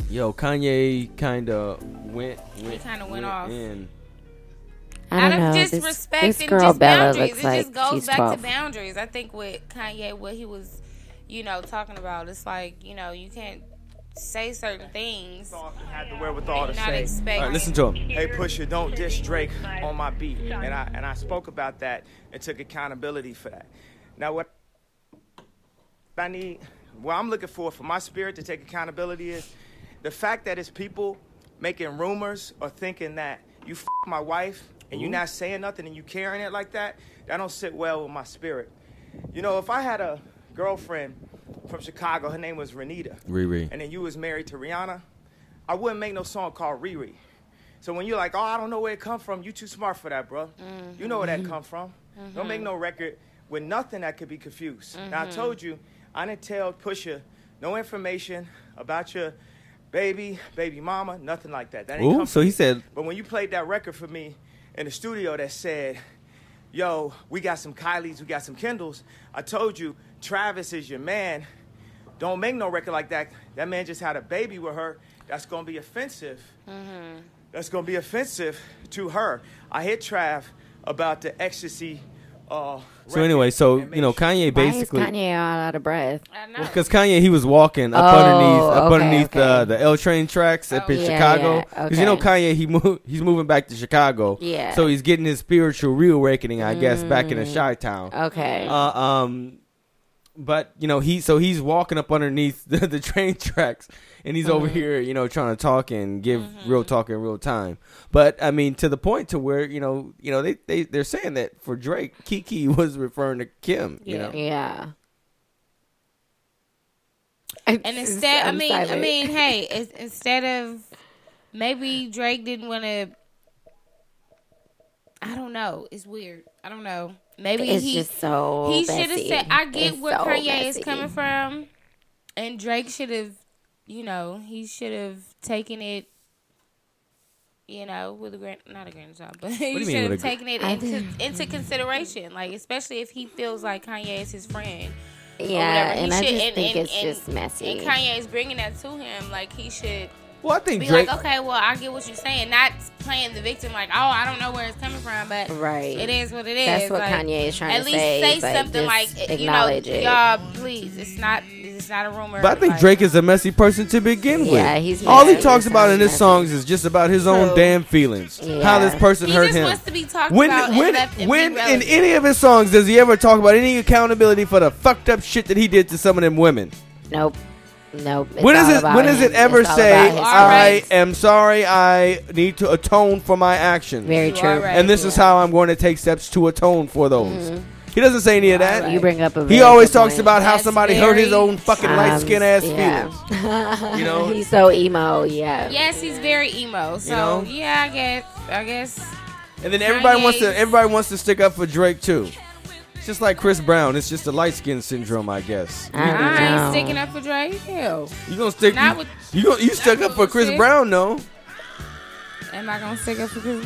A: Yo, Kanye kind of went. went he
C: kinda went off.
A: In.
B: I
C: out
B: don't
C: of
B: know.
C: just
B: This,
C: respect
B: this
C: and
B: girl
C: just
B: Bella
C: boundaries.
B: looks
C: it
B: like
C: just goes
B: she's
C: back
B: twelve.
C: to boundaries. I think with Kanye, what he was, you know, talking about, it's like you know, you can't say certain things.
M: had the wherewithal to
C: Not
M: say.
C: expect-
A: All right, listen to him.
M: Hey Pusha, don't diss Drake on my beat, and I and I spoke about that and took accountability for that. Now what I need, what I'm looking for for my spirit to take accountability is the fact that it's people making rumors or thinking that you f- my wife and you not saying nothing and you carrying it like that. That don't sit well with my spirit. You know, if I had a girlfriend from Chicago, her name was Renita
A: Riri.
M: and then you was married to Rihanna, I wouldn't make no song called Riri. So when you're like, oh, I don't know where it come from, you too smart for that, bro. You know where
C: Mm-hmm.
M: that come from. Don't make no record with nothing that could be confused. Now I
C: Mm-hmm.
M: told you, I didn't tell Pusha no information about your baby, baby mama, nothing like that. That ain't
A: Ooh,
M: come
A: so
M: from
A: he
M: me.
A: said-
M: But when you played that record for me in the studio that said, yo, we got some Kylies, we got some Kendalls, I told you, Travis is your man. Don't make no record like that. That man just had a baby with her. That's gonna be offensive. That's gonna be offensive to her. I hit Trav about the ecstasy. Uh,
A: So anyway, so you know Kanye
B: Why is
A: basically
B: Kanye all out of breath?
C: I know.
A: because Kanye he was walking up
B: Oh,
A: underneath up
B: okay,
A: underneath uh,
B: okay.
A: the the L train tracks up in
B: yeah,
A: Chicago
B: yeah,
A: because you know
B: okay.
A: Kanye he moved he's moving back to Chicago.
B: Yeah. Mm,
A: So he's getting his spiritual reawakening, I guess, back in the Chi Town.
B: Okay.
A: Uh, <laughs> um, but you know he so he's walking up underneath the, the train tracks and he's
C: Mm-hmm.
A: over here, you know, trying to talk and give real talk in real time. But I mean, to the point to where you know, you know, they they they're saying that for Drake, Kiki <laughs> was referring to Kim. You know,
B: yeah.
C: And instead, i
B: I'm
C: mean, I
B: silent.
C: mean, hey, it's, instead of maybe Drake didn't want to. I don't know. It's weird. I don't know. Maybe
B: It's
C: he,
B: just so
C: he should have
B: messy.
C: said, "I get
B: It's
C: where
B: so
C: Kanye
B: messy.
C: is coming from," and Drake should have, you know, he should have taken it. You know, with a grand, not a grain of salt, <laughs> but
B: do
C: he
B: you mean
C: should
B: with a
C: have
B: gra-
C: taken it
B: I
C: into,
B: didn't-
C: into consideration. Like, especially if he feels like Kanye is his friend. or
B: Yeah,
C: whatever. He
B: and I
C: should-
B: just think it's just messy.
C: And Kanye is bringing that to him. Like, he should
A: Well, I think
C: be
A: Drake.
C: like, okay, well, I get what you're saying. Not playing the victim, like, oh, I don't know where it's coming from, but
B: Right.
C: it is what it is.
B: That's what
C: Like,
B: Kanye is trying
C: At
B: to
C: least
B: say,
C: say
B: but
C: something
B: just
C: like,
B: acknowledge
C: you know,
B: it.
C: y'all, please, it's not, it's not a rumor.
A: But I think
C: like,
A: Drake is a messy person to begin with.
B: Yeah, he's
A: all he
B: messy.
A: talks
B: He
A: about in
B: sounds
A: his
B: messy.
A: songs is just about his own
B: True.
A: damn feelings. How
B: Yeah.
A: this person
C: He
A: hurt
C: just
A: him.
C: wants to be talked
A: when
C: about and
A: when
C: left and
A: when
C: be
A: in
C: relevant.
A: any of his songs does he ever talk about any accountability for the fucked up shit that he did to some of them women?
B: Nope. Nope. It's
A: when is
B: all
A: it
B: about
A: when does
B: him.
A: it ever
B: It's all
A: say
B: about his
A: I
B: friends.
A: am sorry I need to atone for my actions?
B: Very You are true. right,
A: And this is how I'm going to take steps to atone for those.
B: Mhm.
A: He doesn't say any of that.
B: right. You bring up a
A: He
B: very
A: always
B: good
A: talks
B: point.
A: about how
B: That's
A: somebody hurt his
B: very-
A: own fucking
B: Um,
A: light skin ass
B: yeah.
A: feelings. You know?
B: <laughs> he's so emo. Yeah.
C: Yes, he's very emo. So,
A: know?
C: yeah, I guess, I guess.
A: And then everybody wants to
C: Kanye's-
A: everybody wants to stick up for Drake too. It's Just like Chris Brown, it's just the light skin syndrome, I guess.
B: Uh,
C: I ain't sticking up for Drake. Hell.
A: You gonna stick?
C: Not
A: you,
C: with-
A: you gonna you stuck up for Chris
C: Lucy.
A: Brown
B: <laughs>
A: though?
C: Am I gonna stick up for Chris?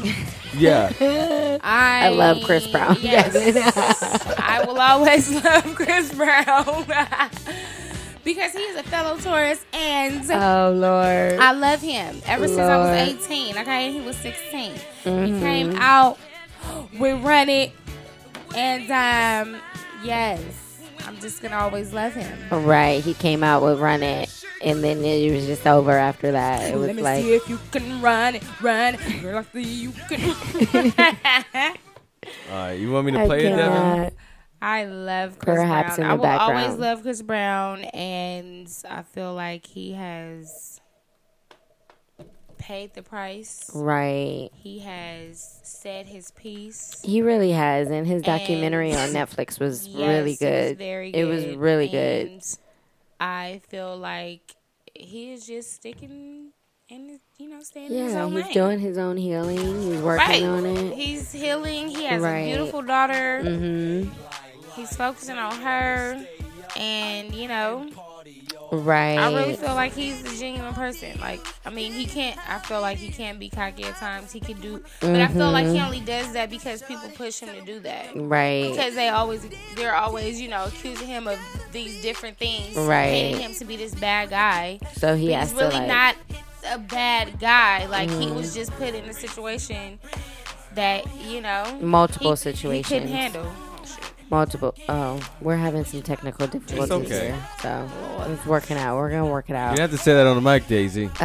A: Yeah.
C: I
B: I love Chris Brown.
C: <laughs> Yes.
B: Yes.
C: I will always <laughs> love Chris Brown <laughs> because he is a fellow Taurus and
B: Oh Lord.
C: I love him. Ever since I was
B: Lord.
C: 18, okay, he was 16. He
B: Mhm.
C: came out <gasps> with Run It, and um, yes, I'm just gonna always love him.
B: Right. He came out with Run It, and then it was just over after that. It was
C: Let me
B: like
C: see if you can run it, run it. Girl, I see you can.
A: All right, you want me to
B: I
A: play it, Devin?
B: cannot.
C: I love Chris
B: Perhaps
C: Brown.
B: in the
C: I will always
B: background.
C: love Chris Brown, and I feel like he has paid the price.
B: right.
C: He has said his piece.
B: He really has, and his
C: And-
B: documentary on Netflix was really
C: Yes, It
B: good.
C: was, very
B: It was
C: good,
B: really good.
C: and I feel like he is just sticking and you know standing his
B: Yeah,
C: own
B: he's
C: lane.
B: doing his own healing. He's working
C: right.
B: on it.
C: He's healing. He has
B: Right.
C: a beautiful daughter.
B: Mhm.
C: He's focusing on her, and you know.
B: Right.
C: I really feel like he's a genuine person. Like, I mean, he can't. I feel like he can be cocky at times. He can do, but I feel like he
B: Mhm.
C: only does that because people push him to do that.
B: Right.
C: Because they always, they're always, you know, accusing him of these different things.
B: Right.
C: Hating him to be this bad guy.
B: So he
C: But
B: has
C: he's
B: to,
C: really
B: like-
C: not a bad guy. Like he
B: Mhm.
C: was just put in a situation that you know
B: Multiple
C: he- He
B: situations.
C: couldn't handle.
B: Multiple. Oh, we're having some technical difficulties
A: okay.
B: here, so it's working out. We're gonna work it
A: You
B: out. Um,
A: didn't have to say that on the mic, Daisy. they didn't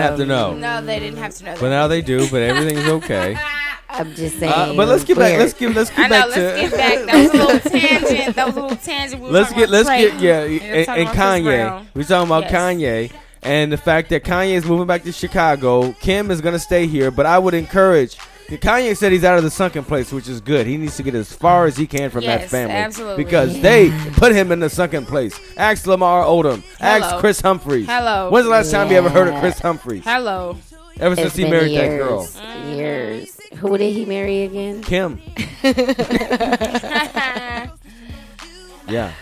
A: have to know.
C: No, they didn't have to know.
A: But now they do. But
C: <laughs>
A: everything's okay.
B: I'm just saying.
A: Uh, but let's get back. Let's give. Let's
C: I
A: get
C: know.
A: back
C: Let's
A: to.
C: get back. That was
A: <laughs>
C: a little tangent. That was a little tangent. We were
A: let's
C: talking
A: get
C: about
A: let's
C: Drake.
A: get yeah
C: We were
A: and,
C: talking
A: and
C: about Chris
A: Kanye.
C: Brown.
A: We're talking about
C: Yes.
A: Kanye and the fact that Kanye is moving back to Chicago. Kim is gonna stay here, but I would encourage. Kanye said he's out of the sunken place, which is good. He needs to get as far as he can from that
C: Yes,
A: family
C: absolutely.
A: because they put him in the sunken place. Ask Lamar Odom. Ask
C: Hello.
A: Chris Humphries.
C: Hello.
A: When's the last time you ever heard of
B: Yeah.
A: Chris Humphries?
C: Hello. <laughs>
A: Ever since
B: It's
A: he
B: been
A: married that
B: years,
A: girl,
B: Years. Who did he marry again?
A: Kim. Yeah.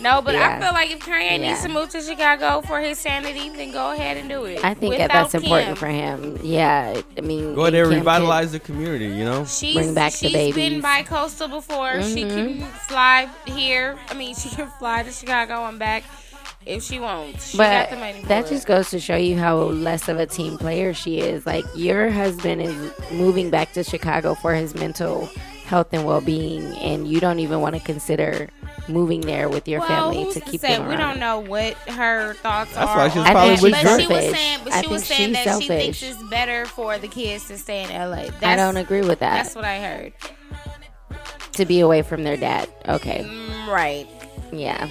C: no, but
B: Yeah.
C: I feel like if Kanye needs
B: Yeah.
C: to move to Chicago for his sanity, then go ahead and do it.
B: I think
C: Without
B: that that's
C: Kim.
B: important for him. Yeah, I mean,
A: Go out
B: and
A: there,
B: Kim could-
A: revitalize the community. You know.
C: She's,
B: Bring back the
C: she's been
B: babies.
C: bi-coastal before. She
B: Mhm.
C: can fly here. I mean, she can fly to Chicago and back if she wants. She
B: But
C: got the money for
B: that
C: it.
B: just goes to show you how less of a team player she is. Like your husband is moving back to Chicago for his mental health and well-being, and you don't even want to consider moving there with your
C: well,
B: family
C: who's
B: to keep
C: say?
B: them
C: We don't
B: around.
C: know what her thoughts
A: That's
C: are.
A: why she's
C: on
A: probably
C: that,
A: with
C: But she
B: Drake.
C: was saying,
B: I
C: but she was
B: think
C: saying that
B: she's
C: she thinks
B: selfish.
C: it's better for the kids to stay in LA. That's,
B: I don't agree with that.
C: That's what I heard.
B: To be away from their dad. Okay.
C: Mm, Right.
B: Yeah.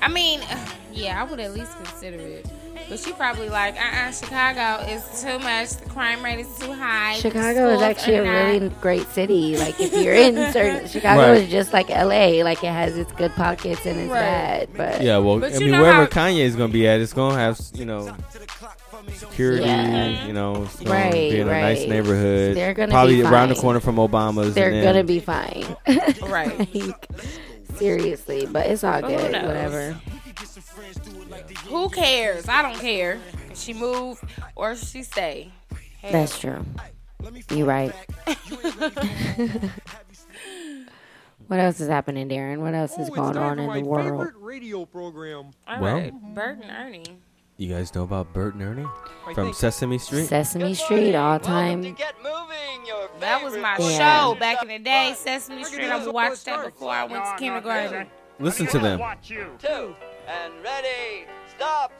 C: I mean, <sighs> Yeah, I would at least consider it. But she probably like, uh, uh Chicago is too much. The crime rate is too high. The
B: Chicago
C: schools
B: is
C: are
B: actually a
C: not-
B: really great city. Like if you're in
C: <laughs>
B: certain Chicago
A: Right.
B: is just like LA, like it has its good pockets and it's bad. But
A: Yeah, well,
B: but
A: I mean, wherever Kanye is gonna be at, it's gonna have you know security.
B: Yeah.
A: You know, it's gonna
B: Right,
A: be in a nice
B: right.
A: neighborhood.
B: They're gonna
A: probably
B: be
A: around the
B: fine.
A: corner from Obama's.
B: they're
A: and then-
B: gonna be fine.
C: right.
B: Like, seriously, but it's all
C: Who
B: good.
C: knows?
B: Whatever.
C: <laughs> Who cares? I don't care. If She move or if she stay. Hell.
B: That's true. You're right. <laughs> what else is happening, Darren? What else is going on in the world?
N: radio program.
C: All
A: Well.
C: right, Bert and Ernie.
A: You guys know about Bert and Ernie from
C: think-
A: Sesame Street?
B: Sesame Street, all time
C: That was my
B: Yeah.
C: show back in the day, Sesame Street. I watched that before I went to kindergarten.
A: Listen to them.
H: Two and ready, stop.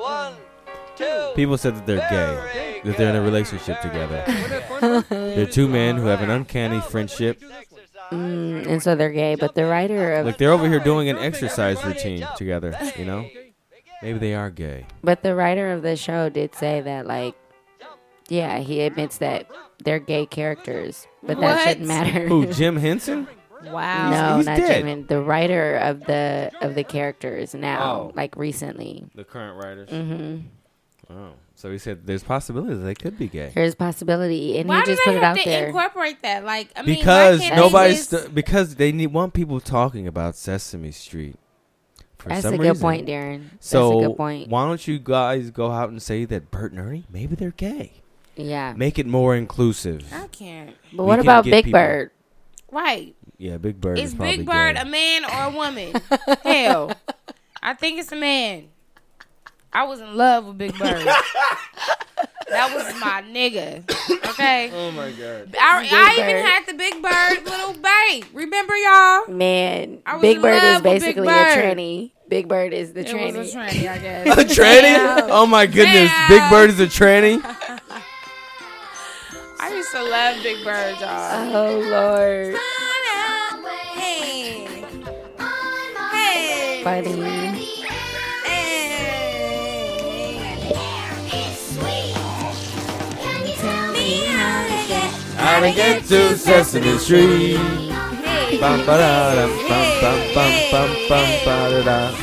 H: One,
C: Hmm.
H: two.
A: People said that they're gay, that they're in a relationship together.
B: <laughs>
A: they're two men who have an uncanny friendship.
B: Mm, and so they're gay, but the writer of
A: Like they're over here doing an exercise routine together, you know? Maybe they are gay.
B: but the writer of the show did say that like yeah, he admits that they're gay characters, but that shouldn't matter.
A: Who, Jim Henson?
C: Wow.
B: <laughs> No,
A: He's
B: not
A: dead.
B: Jim. Hen- The writer of the of the characters now,
A: Oh.
B: like recently.
A: The current writers.
B: Mhm.
A: Oh. So he said there's possibilities they could be gay.
B: There's possibility, and
C: Why
B: he
C: do
B: just
C: they
B: put it
C: have
B: out
C: to
B: there.
C: incorporate that? Like, I mean,
A: because
C: why can't
A: nobody's
C: They
A: st- because they need want people talking about Sesame Street. For
B: That's
A: some
B: a good
A: reason.
B: point, Darren. That's a
A: So
B: good point.
A: why don't you guys go out and say that Bert and Ernie maybe they're gay?
B: Yeah.
A: Make it more inclusive.
C: just- I can't.
B: But
A: We
B: what
A: can
B: about
A: get
B: Big
A: people-
B: Bird?
C: Right.
A: Yeah, Big Bird
C: Is
A: is probably
C: Big
A: <laughs>
C: Bird
A: gay.
C: a man or a woman?
B: <laughs>
C: Hell, I think it's a man. I was in love with Big Bird. that was my nigga. Okay.
A: <coughs> Oh my god.
C: I,
B: Big
C: I even
B: Bird.
C: had the Big Bird little babe. Remember y'all?
B: Man,
C: I was
B: Big
C: in
B: Bird
C: love
B: is
C: with Big
B: basically
C: Bird.
B: a tranny. Big Bird is the tranny.
C: It was a tranny, I guess.
A: A tranny?
C: Damn.
A: Oh my goodness.
C: Damn.
A: Big Bird is a tranny?
C: I used to love Big Bird, y'all.
B: Oh Lord.
C: Hey. Hey.
B: Funny.
A: How to get to Sesame Street. Bum, ba-da-dum, bum, bum, bum, bum, bum, ba-da-da.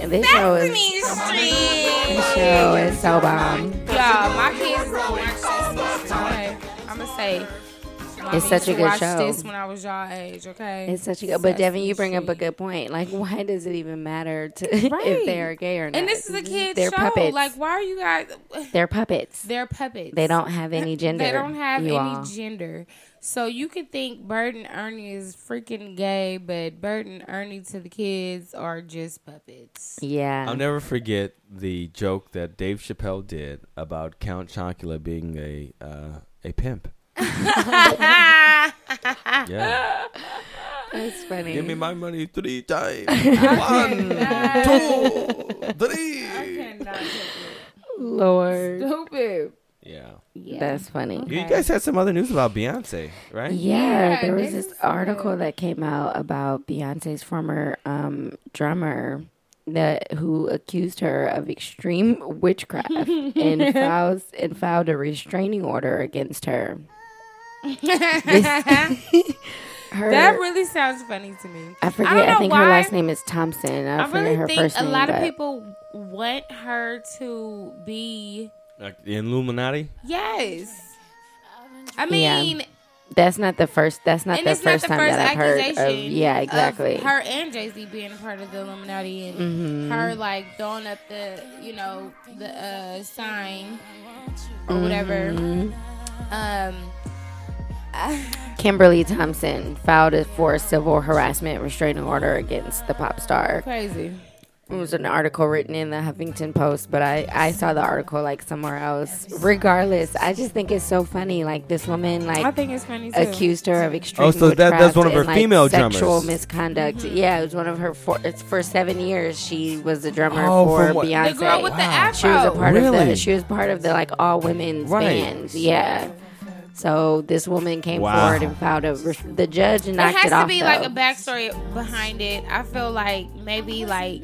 B: And this show is this show is so bomb.
C: Y'all, my kids don't watch this. Okay, I'm gonna say. Mommy
B: It's such a
C: used to
B: good
C: watch
B: show.
C: This when I was y'all age, okay.
B: It's such a good, but Devin, you
C: Sesame
B: bring up a good point. Like, <laughs> why does it even matter to <laughs> if they are gay or not? Mm-hmm.
C: And this is a kid's
B: They're
C: show.
B: puppets.
C: Like, why are you guys?
B: They're puppets.
C: They're puppets.
B: They don't have any gender,
C: they don't have
B: you
C: any
B: all.
C: gender. So you could think Bert and Ernie is freaking gay, but Bert and Ernie to the kids are
B: <laughs>
C: just puppets.
B: Yeah.
A: I'll never forget the joke that Dave Chappelle did about Count Chocula being a uh, a pimp.
C: Ah.
A: Yeah.
B: That's funny.
A: Give me my money three
C: <laughs>
A: times. One, two, three.
B: Lord.
C: Stupid.
A: Yeah.
B: That's funny.
A: You guys had some other news about Beyonce, right?
B: Yeah, there was this article that came out about Beyonce's former um, drummer that who accused her of extreme witchcraft
C: <laughs>
B: and filed and filed a restraining order against her.
C: <laughs>
B: <laughs> Her-
C: that really sounds funny to me.
B: I forget.
C: don't
B: I,
C: know
B: think
C: why.
B: her last name is Thompson. I,
C: I
B: forget
C: really
B: her
C: think
B: first
C: a
B: name.
C: lot
B: but-
C: of people want her to be
A: Like the Illuminati.
C: yes. I
B: Yeah.
C: mean,
B: that's not the first. That's not
C: and
B: the
C: it's not
B: first
C: the
B: time
C: first
B: that I've heard
C: accusation.
B: of. Yeah,
C: of
B: exactly.
C: her and Jay Z being a part of the Illuminati and
B: Mhm.
C: her like throwing up the you know the uh, sign or whatever.
B: Mhm.
C: Um.
B: Kimberly Thompson filed a for a civil harassment restraining order against the pop star.
C: Crazy.
B: It was an article written in the Huffington Post, but I, I saw the article like somewhere else. Regardless, I just think it's so funny. Like this woman, like
C: I think it's funny, too.
B: accused her of extreme.
A: Oh, so that- that's
B: witchcraft
A: one of her
B: and, like,
A: female drummers.
B: sexual misconduct. Yeah, it was one of her. For, it's for seven years she was the drummer
A: Oh,
B: for
A: from what-
B: Beyonce.
A: The girl with the Wow.
B: She was a
A: afro.
B: part of
A: Really?
B: the. She was part of the like all women's
A: Right.
B: bands. Yeah. So this woman came
A: Wow.
B: forward and filed a. res- The judge knocked
C: There
B: it,
C: has to
B: off.
C: be
B: though.
C: like a backstory behind it. I feel like maybe like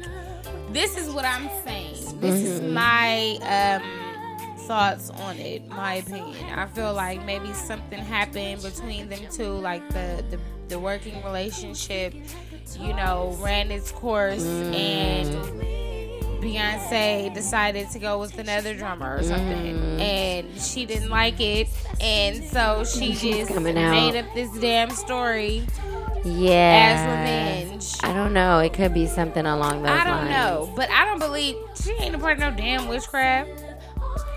C: This is what I'm saying. This is
B: Mhm.
C: my um, thoughts on it, my opinion. I feel like maybe something happened between them two, like the the, the working relationship, you know, ran its course,
B: Mm.
C: and Beyonce decided to go with another drummer or something,
B: Mm.
C: and she didn't like it, and so she
B: She's
C: just
B: coming out.
C: made up this damn story.
B: Yeah.
C: As revenge.
B: I don't know. It could be something along those
C: I don't
B: lines.
C: know, but I don't believe she ain't a part of no damn witchcraft.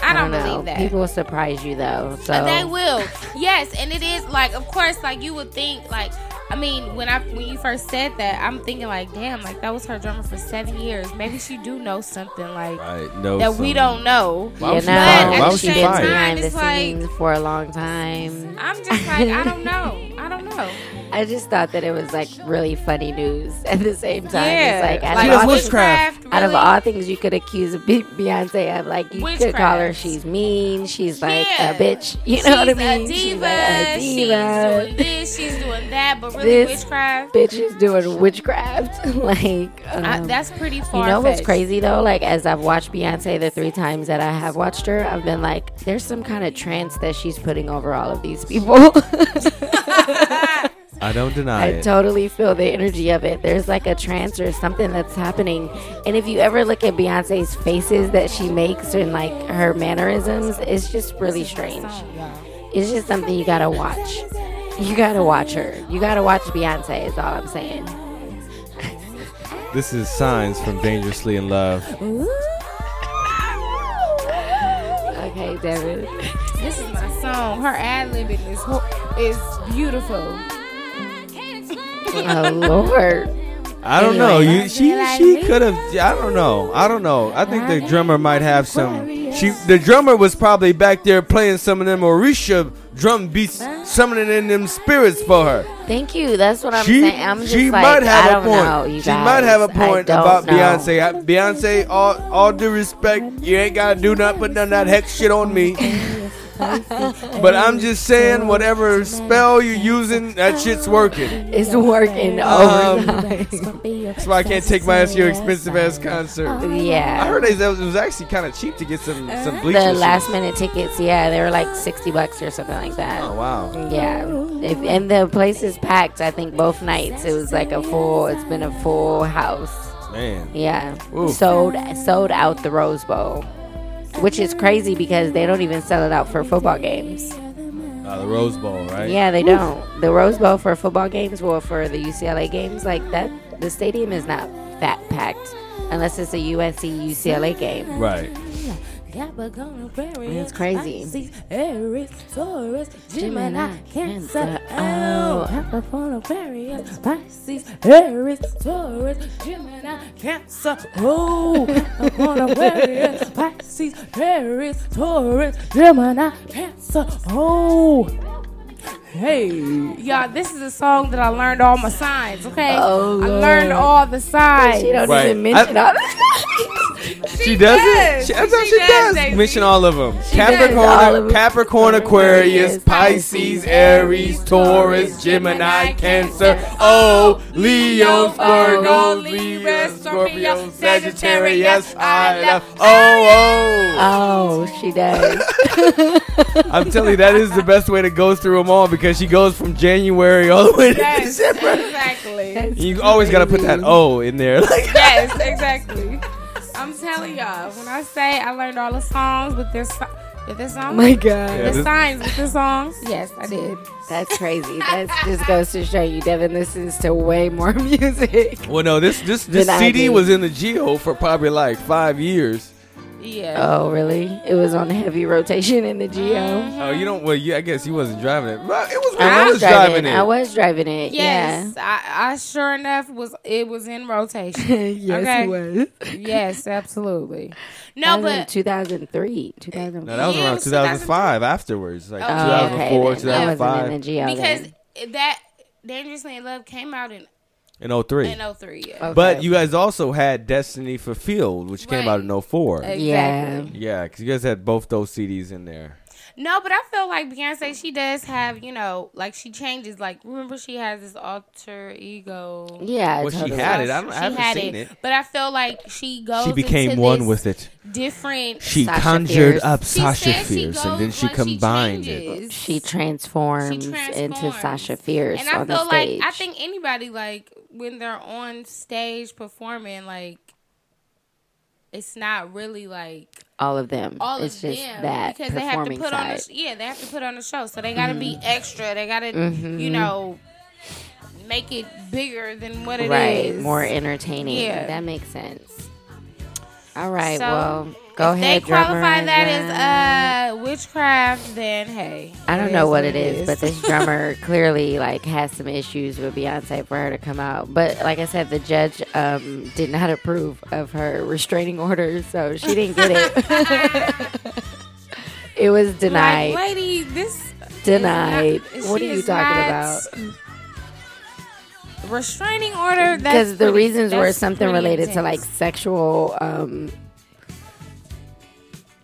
C: I don't,
B: know.
C: believe that.
B: People will surprise you though. So
C: But They will. Yes, and it is like, of course, like you would think, like, I mean, when I when you first said that, I'm thinking like, damn, like that was her drummer for seven years. Maybe she do know something like
A: Right, know
C: that
A: something.
C: we don't know.
A: Why was she
B: you know,
A: fired? Why
B: and
A: was she
B: she's been
A: fired?
B: behind the
C: It's like-
B: scenes for a long time.
C: I'm just like, I don't know. I
B: <laughs>
C: don't know.
B: I just thought that it was like really funny news <laughs> at the same time.
C: Yeah,
B: it's like,
C: like
B: out, of all,
C: witchcraft,
B: out of all things you could accuse of Be- Beyonce of, like you could call her she's mean, she's like a bitch. <laughs> You know what I mean?
C: She's a
B: she's like a
C: diva,
B: diva.
C: She's doing this. She's doing that. But really,
B: this
C: witchcraft.
B: bitch is doing witchcraft. <laughs> like
C: I-
B: um,
C: that's pretty
B: You
C: far.
B: know what's crazy though? Like as I've watched Beyonce the three times that I have watched her, I've been like, there's some kind of trance that she's putting over all of these people. <laughs>
A: I don't deny
B: I
A: it.
B: totally feel the energy of it. There's like a trance or something that's happening. And if you ever look at Beyonce's faces that she makes and like her mannerisms, it's just really strange. It's just something you gotta watch. You gotta watch her. You gotta watch Beyonce, is all I'm saying.
A: This is Signs from Dangerously in Love.
B: Okay, Devin.
C: This is my song. Her ad libbing is ho- is beautiful.
B: Oh, Lord.
A: I don't know.
B: Anyway.
A: You, she she could have. I don't know. I don't know. I think the drummer might have some. She the drummer was probably back there playing some of them Orisha drum beats, summoning in them spirits for her.
B: Thank you. That's what I'm
A: She
B: saying. I'm just
A: she
B: like,
A: might have
B: I don't
A: a point.
B: know. You
A: she might have a
B: guys. I
A: point
B: don't
A: about
B: know.
A: Beyonce. I, Beyonce, all all due respect, you ain't gotta do nothing but none of that hex shit on
B: <laughs>
A: me. but I'm just saying, whatever spell you're using, that shit's working.
B: It's working
A: Um, <laughs>
B: overtime.
A: That's why I can't take my ass to your expensive ass concert.
B: <laughs> Yeah.
A: I heard they said it was actually kind of cheap to get some some bleachers.
B: the last minute tickets, yeah, they were like sixty bucks or something like that.
A: Oh wow.
B: Yeah, if, and the place is packed. I think both nights it was like a full. It's been a full house.
A: Man.
B: Yeah,
A: Ooh.
B: sold sold out the Rose Bowl, which is crazy because they don't even sell it out for football games.
A: Uh, the Rose Bowl, right?
B: Yeah, they
A: Oof.
B: don't. The Rose Bowl for football games, well, for the UCLA games, like that, the stadium is not fat packed unless it's a UNC UCLA game.
A: Right.
B: It's crazy.
K: Aries, Taurus,
B: Gemini,
K: Gemini,
B: Cancer,
K: Cancer,
B: oh.
K: oh, Capricorn, Aquarius, Pisces, Aries, Taurus, Gemini, Cancer, oh, Capricorn, Aquarius, Pisces, Aries, Taurus, Gemini, Cancer, oh. Hey.
C: Y'all, this is a song that I learned all my signs. Okay,
K: Oh,
C: I learned
K: Lord.
C: all the signs.
K: But she don't
A: Right. even mention I- all She, does, it. She, that's how she, does. Mention all of them. Capricorn, Capricorn, Aquarius, Pisces, Aries, Taurus, Gemini, Cancer, O, Leo, Virgo, Libra, Scorpio, Sagittarius, I love. Oh,
B: oh, she does.
A: I'm telling you, that is the best way to go through them all because she goes from January all the way to
C: Yes,
A: December.
C: exactly.
A: You always got to put that O in there. <laughs> Like,
C: yes, exactly. I'm telling y'all, when I say I learned all the songs with this, so- with this
B: <laughs>
C: song,
B: My God.
C: the
B: Yeah, this-
C: signs with this song. Yes, I did.
B: That's crazy. That just goes to show you, Devin listens to way more <laughs> music.
A: well, no, this this, this
B: Then I
A: CD
B: do.
A: was in the Geo for probably like five years.
C: Yeah.
B: Oh, really? It was on heavy rotation in the Geo.
A: Oh, you don't. Well, you, I guess you wasn't driving it. But it was.
B: I
A: I
B: was
A: was driving
B: driving.
A: it.
B: I was driving it.
C: Yes, I, I sure enough was. It was in rotation.
B: <laughs> Yes, it
C: okay?
B: was.
C: yes, absolutely.
B: No,
C: No,
B: but
C: but
B: 2003, 2004.
A: No, that was around 2005 afterwards, like
B: Oh, okay,
A: 2004,
B: then. I wasn't
A: 2005,
B: in the Geo
C: because that Dangerously in Love came out in
A: in 03.
C: in 03. Yeah.
A: But you guys also had Destiny Fulfilled, which came out in 04.
C: Exactly.
A: Yeah, because you guys had both those CDs in there.
C: No, but I feel like Beyonce, she does have, you know, like she changes. Like remember, she has this alter ego.
B: Yeah,
A: Well, she totally. had it. I don't- I haven't seen it.
C: But I feel like she goes.
B: Oh,
A: She became
C: into
A: one
C: this
A: with it.
C: Different.
A: She conjured up
C: She
A: Sasha
C: says she
A: Fierce, and
C: goes
A: then she
C: once
A: combined
C: changes.
A: it.
B: She transforms, into Sasha Fierce
C: And I
B: on
C: feel
B: the stage.
C: like I think anybody like when they're on stage performing, like it's not really like
B: all of them.
C: all
B: it's
C: of
B: just
C: them
B: that
C: because they have to
B: performing
C: put on a,
B: side.
C: sh- yeah they have to put on a show, so they got to be
B: Mhm.
C: extra. They got to
B: Mhm.
C: you know make it bigger than what it is.
B: right, more entertaining.
C: Yeah.
B: That makes sense. All right,
C: So,
B: well, go
C: if
B: ahead.
C: They qualify
B: drummer,
C: that as uh, witchcraft. Then hey,
B: I don't
C: it
B: know
C: is
B: what it is, but this <laughs> drummer clearly like has some issues with Beyonce for her to come out. But like I said, the judge um, did not approve of her restraining order, so she didn't get <laughs> it. it was denied.
C: Like, lady, this is
B: Denied.
C: not-
B: What are
C: she
B: you
C: is
B: talking
C: not-
B: about?
C: Restraining order. that's
B: Because the
C: pretty-
B: reasons were
C: that's
B: something
C: pretty
B: related to
C: intense.
B: like sexual. Um,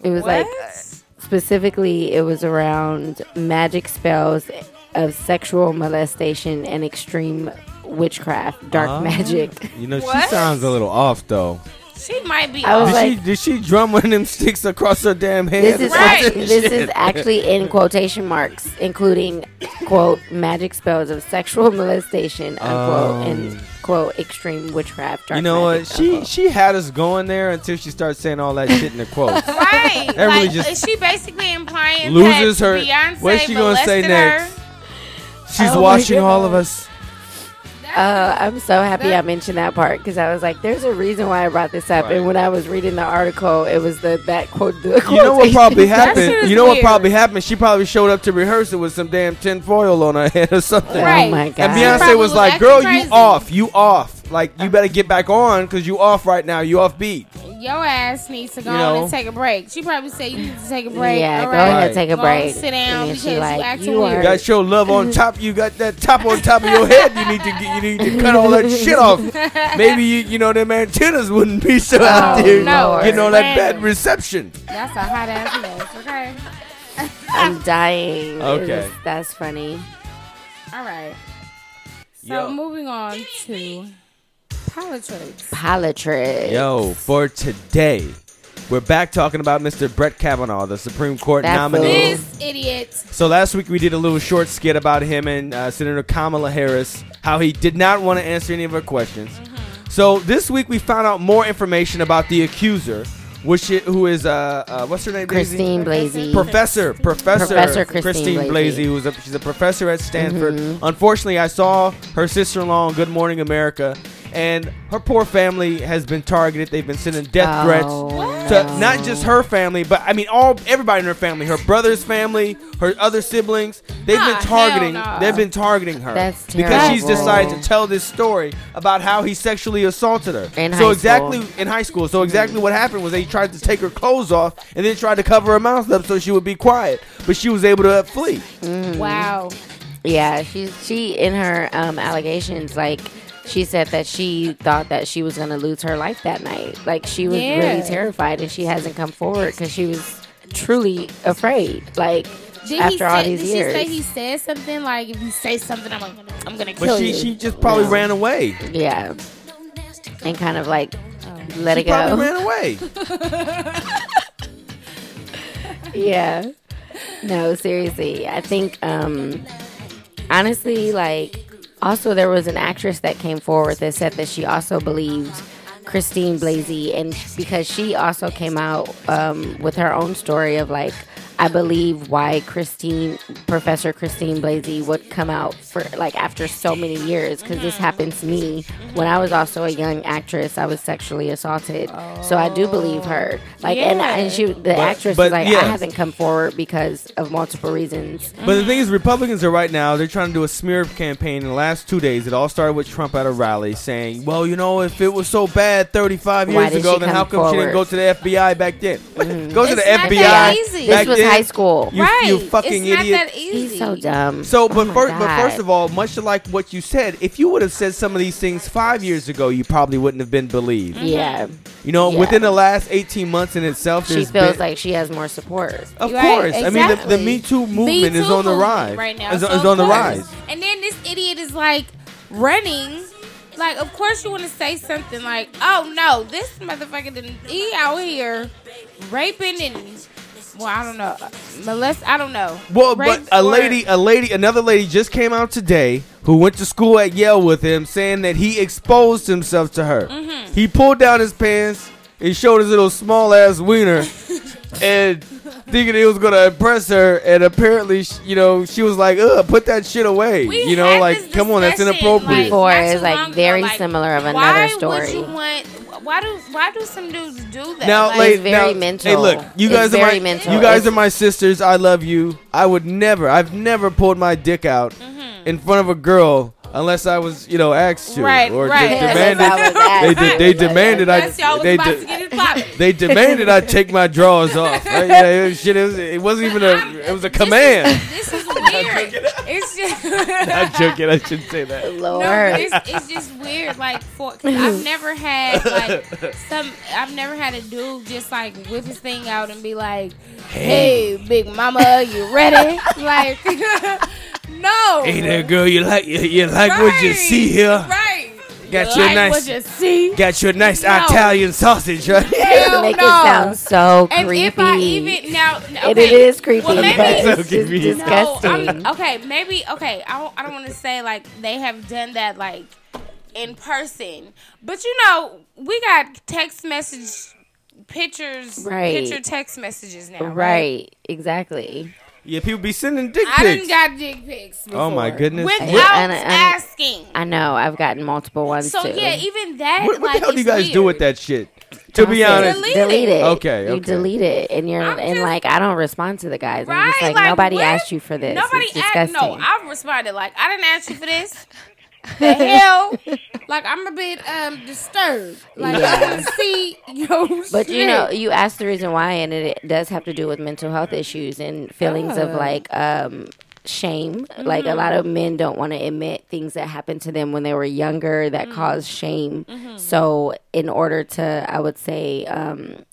B: it was like uh, specifically it was around magic spells of sexual molestation and extreme witchcraft, dark
A: Ah.
B: magic.
A: You know, she
C: What?
A: sounds a little off though.
C: She might be.
B: I was
A: did,
B: like-
A: she, did she drum one of them sticks across her damn head?
B: This is
A: or some
B: actually, this
A: shit?
B: is actually in quotation marks, including quote magic spells of sexual molestation unquote and
A: Um.
B: quote extreme witchcraft. Dark
A: You know
B: magic,
A: what? She she had us going there until she starts saying all that shit in the quotes. <laughs>
C: Right.
A: That really
C: like,
A: just
C: is she basically implying
A: loses
C: that
A: her.
C: Beyonce
A: What's she gonna say
C: molested
A: next?
C: her?
A: She's
B: Oh my
A: watching all of us.
B: Uh, I'm so happy I mentioned that part because I was like, "There's a reason why I brought this up." And when I was reading the article, it was the that quote. The
A: You know what probably
B: quotation.
A: happened? You know what probably happened? She probably showed up to rehearsal with some damn tin foil on her head or something.
B: Right. Oh my God.
A: And
B: She probably
A: Beyonce was
B: was
A: like,
B: acting
A: "Girl,
B: crazy."
A: you off. You off. Like you better get back on because you off right now. You off beat."
C: Your ass needs to go
A: You
C: on
A: know?
C: and take a break. She probably said you need to take a break.
B: Yeah,
C: All
B: go
C: right.
B: ahead, take a
C: Go on and
B: break.
C: sit down
B: And then
C: because
B: she
C: you
B: like,
C: acting
B: "You are-
C: weird.
A: got your love on top. You got that top on top of your head. You need to get, you need to cut all that shit off. Maybe you you know them antennas wouldn't be so out
B: Oh,
A: there
B: Lord.
A: getting all that
B: Random.
A: bad reception.
C: That's a hot ass mess. Okay.
B: I'm dying. It
A: Okay.
B: was- that's funny.
C: All right. So
A: Yo.
C: moving on to politics.
B: Politrick.
A: Yo, for today, we're back talking about Mr. Brett Kavanaugh, the Supreme Court
B: That
A: nominee.
C: This idiot.
A: So last week we did a little short skit about him and uh, Senator Kamala Harris, how he did not want to answer any of her questions.
B: Mm-hmm.
A: So this week we found out more information about the accuser, which i- who is uh, uh what's her name? Daisy?
B: Christine Blasey.
A: Professor, professor,
B: Professor Christine Blasey. Mm-hmm.
A: Blasey, who's a, she's a professor at Stanford. Unfortunately, I saw her sister-in-law on Good Morning America. And her poor family has been targeted. They've been sending death
B: Oh,
A: threats to not just her family, but I mean all everybody in her family, her brother's family, her other siblings. They've
C: Ah,
A: been
C: hell
A: targeting.
C: no.
A: They've been targeting her
B: That's
A: because she's
B: terrible.
A: decided to tell this story about how he sexually assaulted her.
B: In
A: so
B: high
A: exactly
B: school.
A: in high school. So exactly what happened was they tried to take her clothes off and then tried to cover her mouth up so she would be quiet, but she was able to flee.
C: Wow.
B: Yeah, she's she in her um, allegations like she said that she thought that she was gonna lose her life that night. Like she was
C: Yeah.
B: really terrified, and she hasn't come forward because she was truly afraid. Like
C: Did he
B: after all
C: say,
B: these
C: did
B: years,
C: she say he said something like if you say something I'm gonna I'm gonna kill
A: But she
C: you.
A: she just probably
B: Yeah.
A: ran away.
B: yeah, and kind of like
C: Oh.
B: let
A: She
B: it go.
A: probably ran away.
B: <laughs> yeah. No, seriously. I think um honestly like also there was an actress that came forward that said that she also believed Christine Blasey and because she also came out um with her own story of like I believe why Christine Professor Christine Blasey would come out for like after so many years cuz this happened to me when I was also a young actress I was sexually assaulted. So I do believe her. Like and, and she the
A: But-
B: actress
A: but
B: is like
A: yeah.
B: I haven't come forward because of multiple reasons.
A: But the thing is, Republicans are right now, they're trying to do a smear campaign in the last two days. It all started with Trump at a rally saying, well, you know, if it was so bad 35
B: Why
A: years
B: did
A: ago,
B: she
A: then
B: come
A: how come she didn't
B: forward? Mm-hmm.
A: go to the FBI back then? go to
C: It's
A: the
C: not
A: FBI.
C: that easy.
A: Back
B: This was
A: then,
B: high school.
A: You, you fucking idiot.
B: He's so dumb.
A: So, but
B: Oh my
A: first, but first
B: God.
A: of all, much like what you said, if you would have said some of these things five years ago, you probably wouldn't have been believed.
B: Yeah.
C: Mm-hmm.
A: You know,
B: Mm-hmm. Yeah.
A: within the last eighteen months in itself,
B: she
A: there's
B: feels
A: been-
B: like she has more support.
A: Of course. I mean, the, the Me Too movement
C: Me
A: is
C: Too
A: on the
C: movement
A: rise.
C: right now.
A: Is,
C: so
A: is
C: of
A: on the
C: course.
A: rise.
C: And then this idiot is like running. Like, of course you want to say something like, "Oh no, this motherfucker didn't. He out here raping and well, I don't know, molest. I don't know.
A: Well,
C: Rape
A: but a
C: or-
A: lady, a lady, another lady just came out today who went to school at Yale with him, saying that he exposed himself to her.
C: Mhm.
A: He pulled down his pants and showed his little small ass wiener, and thinking it was gonna impress her. And apparently, sh- you know, she was like, "Ugh, put that shit away." you know, like, come on, that's inappropriate.
B: Before is like very similar of another
C: Why
B: story.
C: would you want? Why do why do some dudes do that?
A: now,
C: Like,
A: like, now, Hey, look, you
B: It's
A: guys are
B: very
A: my,
B: mental.
A: you guys
B: It's-
A: are my sisters. I love you. I would never, I've never pulled my dick out
C: Mm-hmm.
A: in front of a girl unless I was, you know, asked to
C: Right,
A: or de-
C: right. <laughs> Unless I was
A: demanded. they,
C: asked.
A: de- they demanded.
C: Unless y'all
A: I.
C: was
A: They,
C: about
A: de-
C: to get it popping.
A: <laughs> they demanded I take my drawers off. Right? Yeah, it was- shit, it, was, it wasn't even a. It was a
C: <laughs>
A: command.
C: this is weird. it's just <laughs>
A: I'm joking. I shouldn't say that.
C: No, but it's, it's just weird. Like, for
B: <laughs>
C: i I've never had like some. I've never had a dude just like whip his thing out and be like, "Hey, big mama, you ready?" <laughs> like, no.
A: Hey there, girl. You like you, you like what you see here?
C: Right.
A: Got
C: You
A: your
C: like
A: nice.
C: what you see?
A: Got your nice
C: No.
A: Italian sausage, right?
C: Hell
B: Make it
C: no.
B: sound so
C: and if I
B: creepy.
C: even now, okay.
B: And it is creepy.
C: Well, maybe,
B: It's just disgusting.
C: Um, okay, maybe okay. I don't, I don't want to say like they have done that like in person, but you know we got text message pictures,
B: Right.
C: picture text messages now,
B: right.
C: right?
B: Exactly.
A: Yeah, people be sending dick
C: I didn't got dick pics. Before.
A: Oh, my goodness.
C: Without
A: What- And-
B: and-
C: asking.
B: I know. I've gotten multiple ones
C: So
B: too.
C: yeah, even that.
A: What, what
C: like,
A: the hell do you
C: it's
A: guys
C: weird.
A: do with that shit? To be
B: Don't say
A: honest,
B: it. delete it.
A: Okay,
B: you
A: okay.
B: delete it, and you're and like I don't respond to the guys. I'm just
C: Right,
B: like,
C: like,
B: nobody
C: what?
B: asked you for this.
C: Nobody
B: it's
C: asked.
B: disgusting.
C: No, I responded like I didn't ask you
B: <laughs>
C: for this. The hell? Like I'm a bit um disturbed. Like I
B: Yeah.
C: want to see your
B: But you know,
C: shit.
B: you asked the reason why, and it, it does have to do with mental health issues and feelings of
C: Oh. Mm-hmm.
B: like um, shame. Like a lot of men don't want to admit things that happened to them when they were younger that
C: Mm-hmm.
B: caused shame. So, in order to, I would say, um,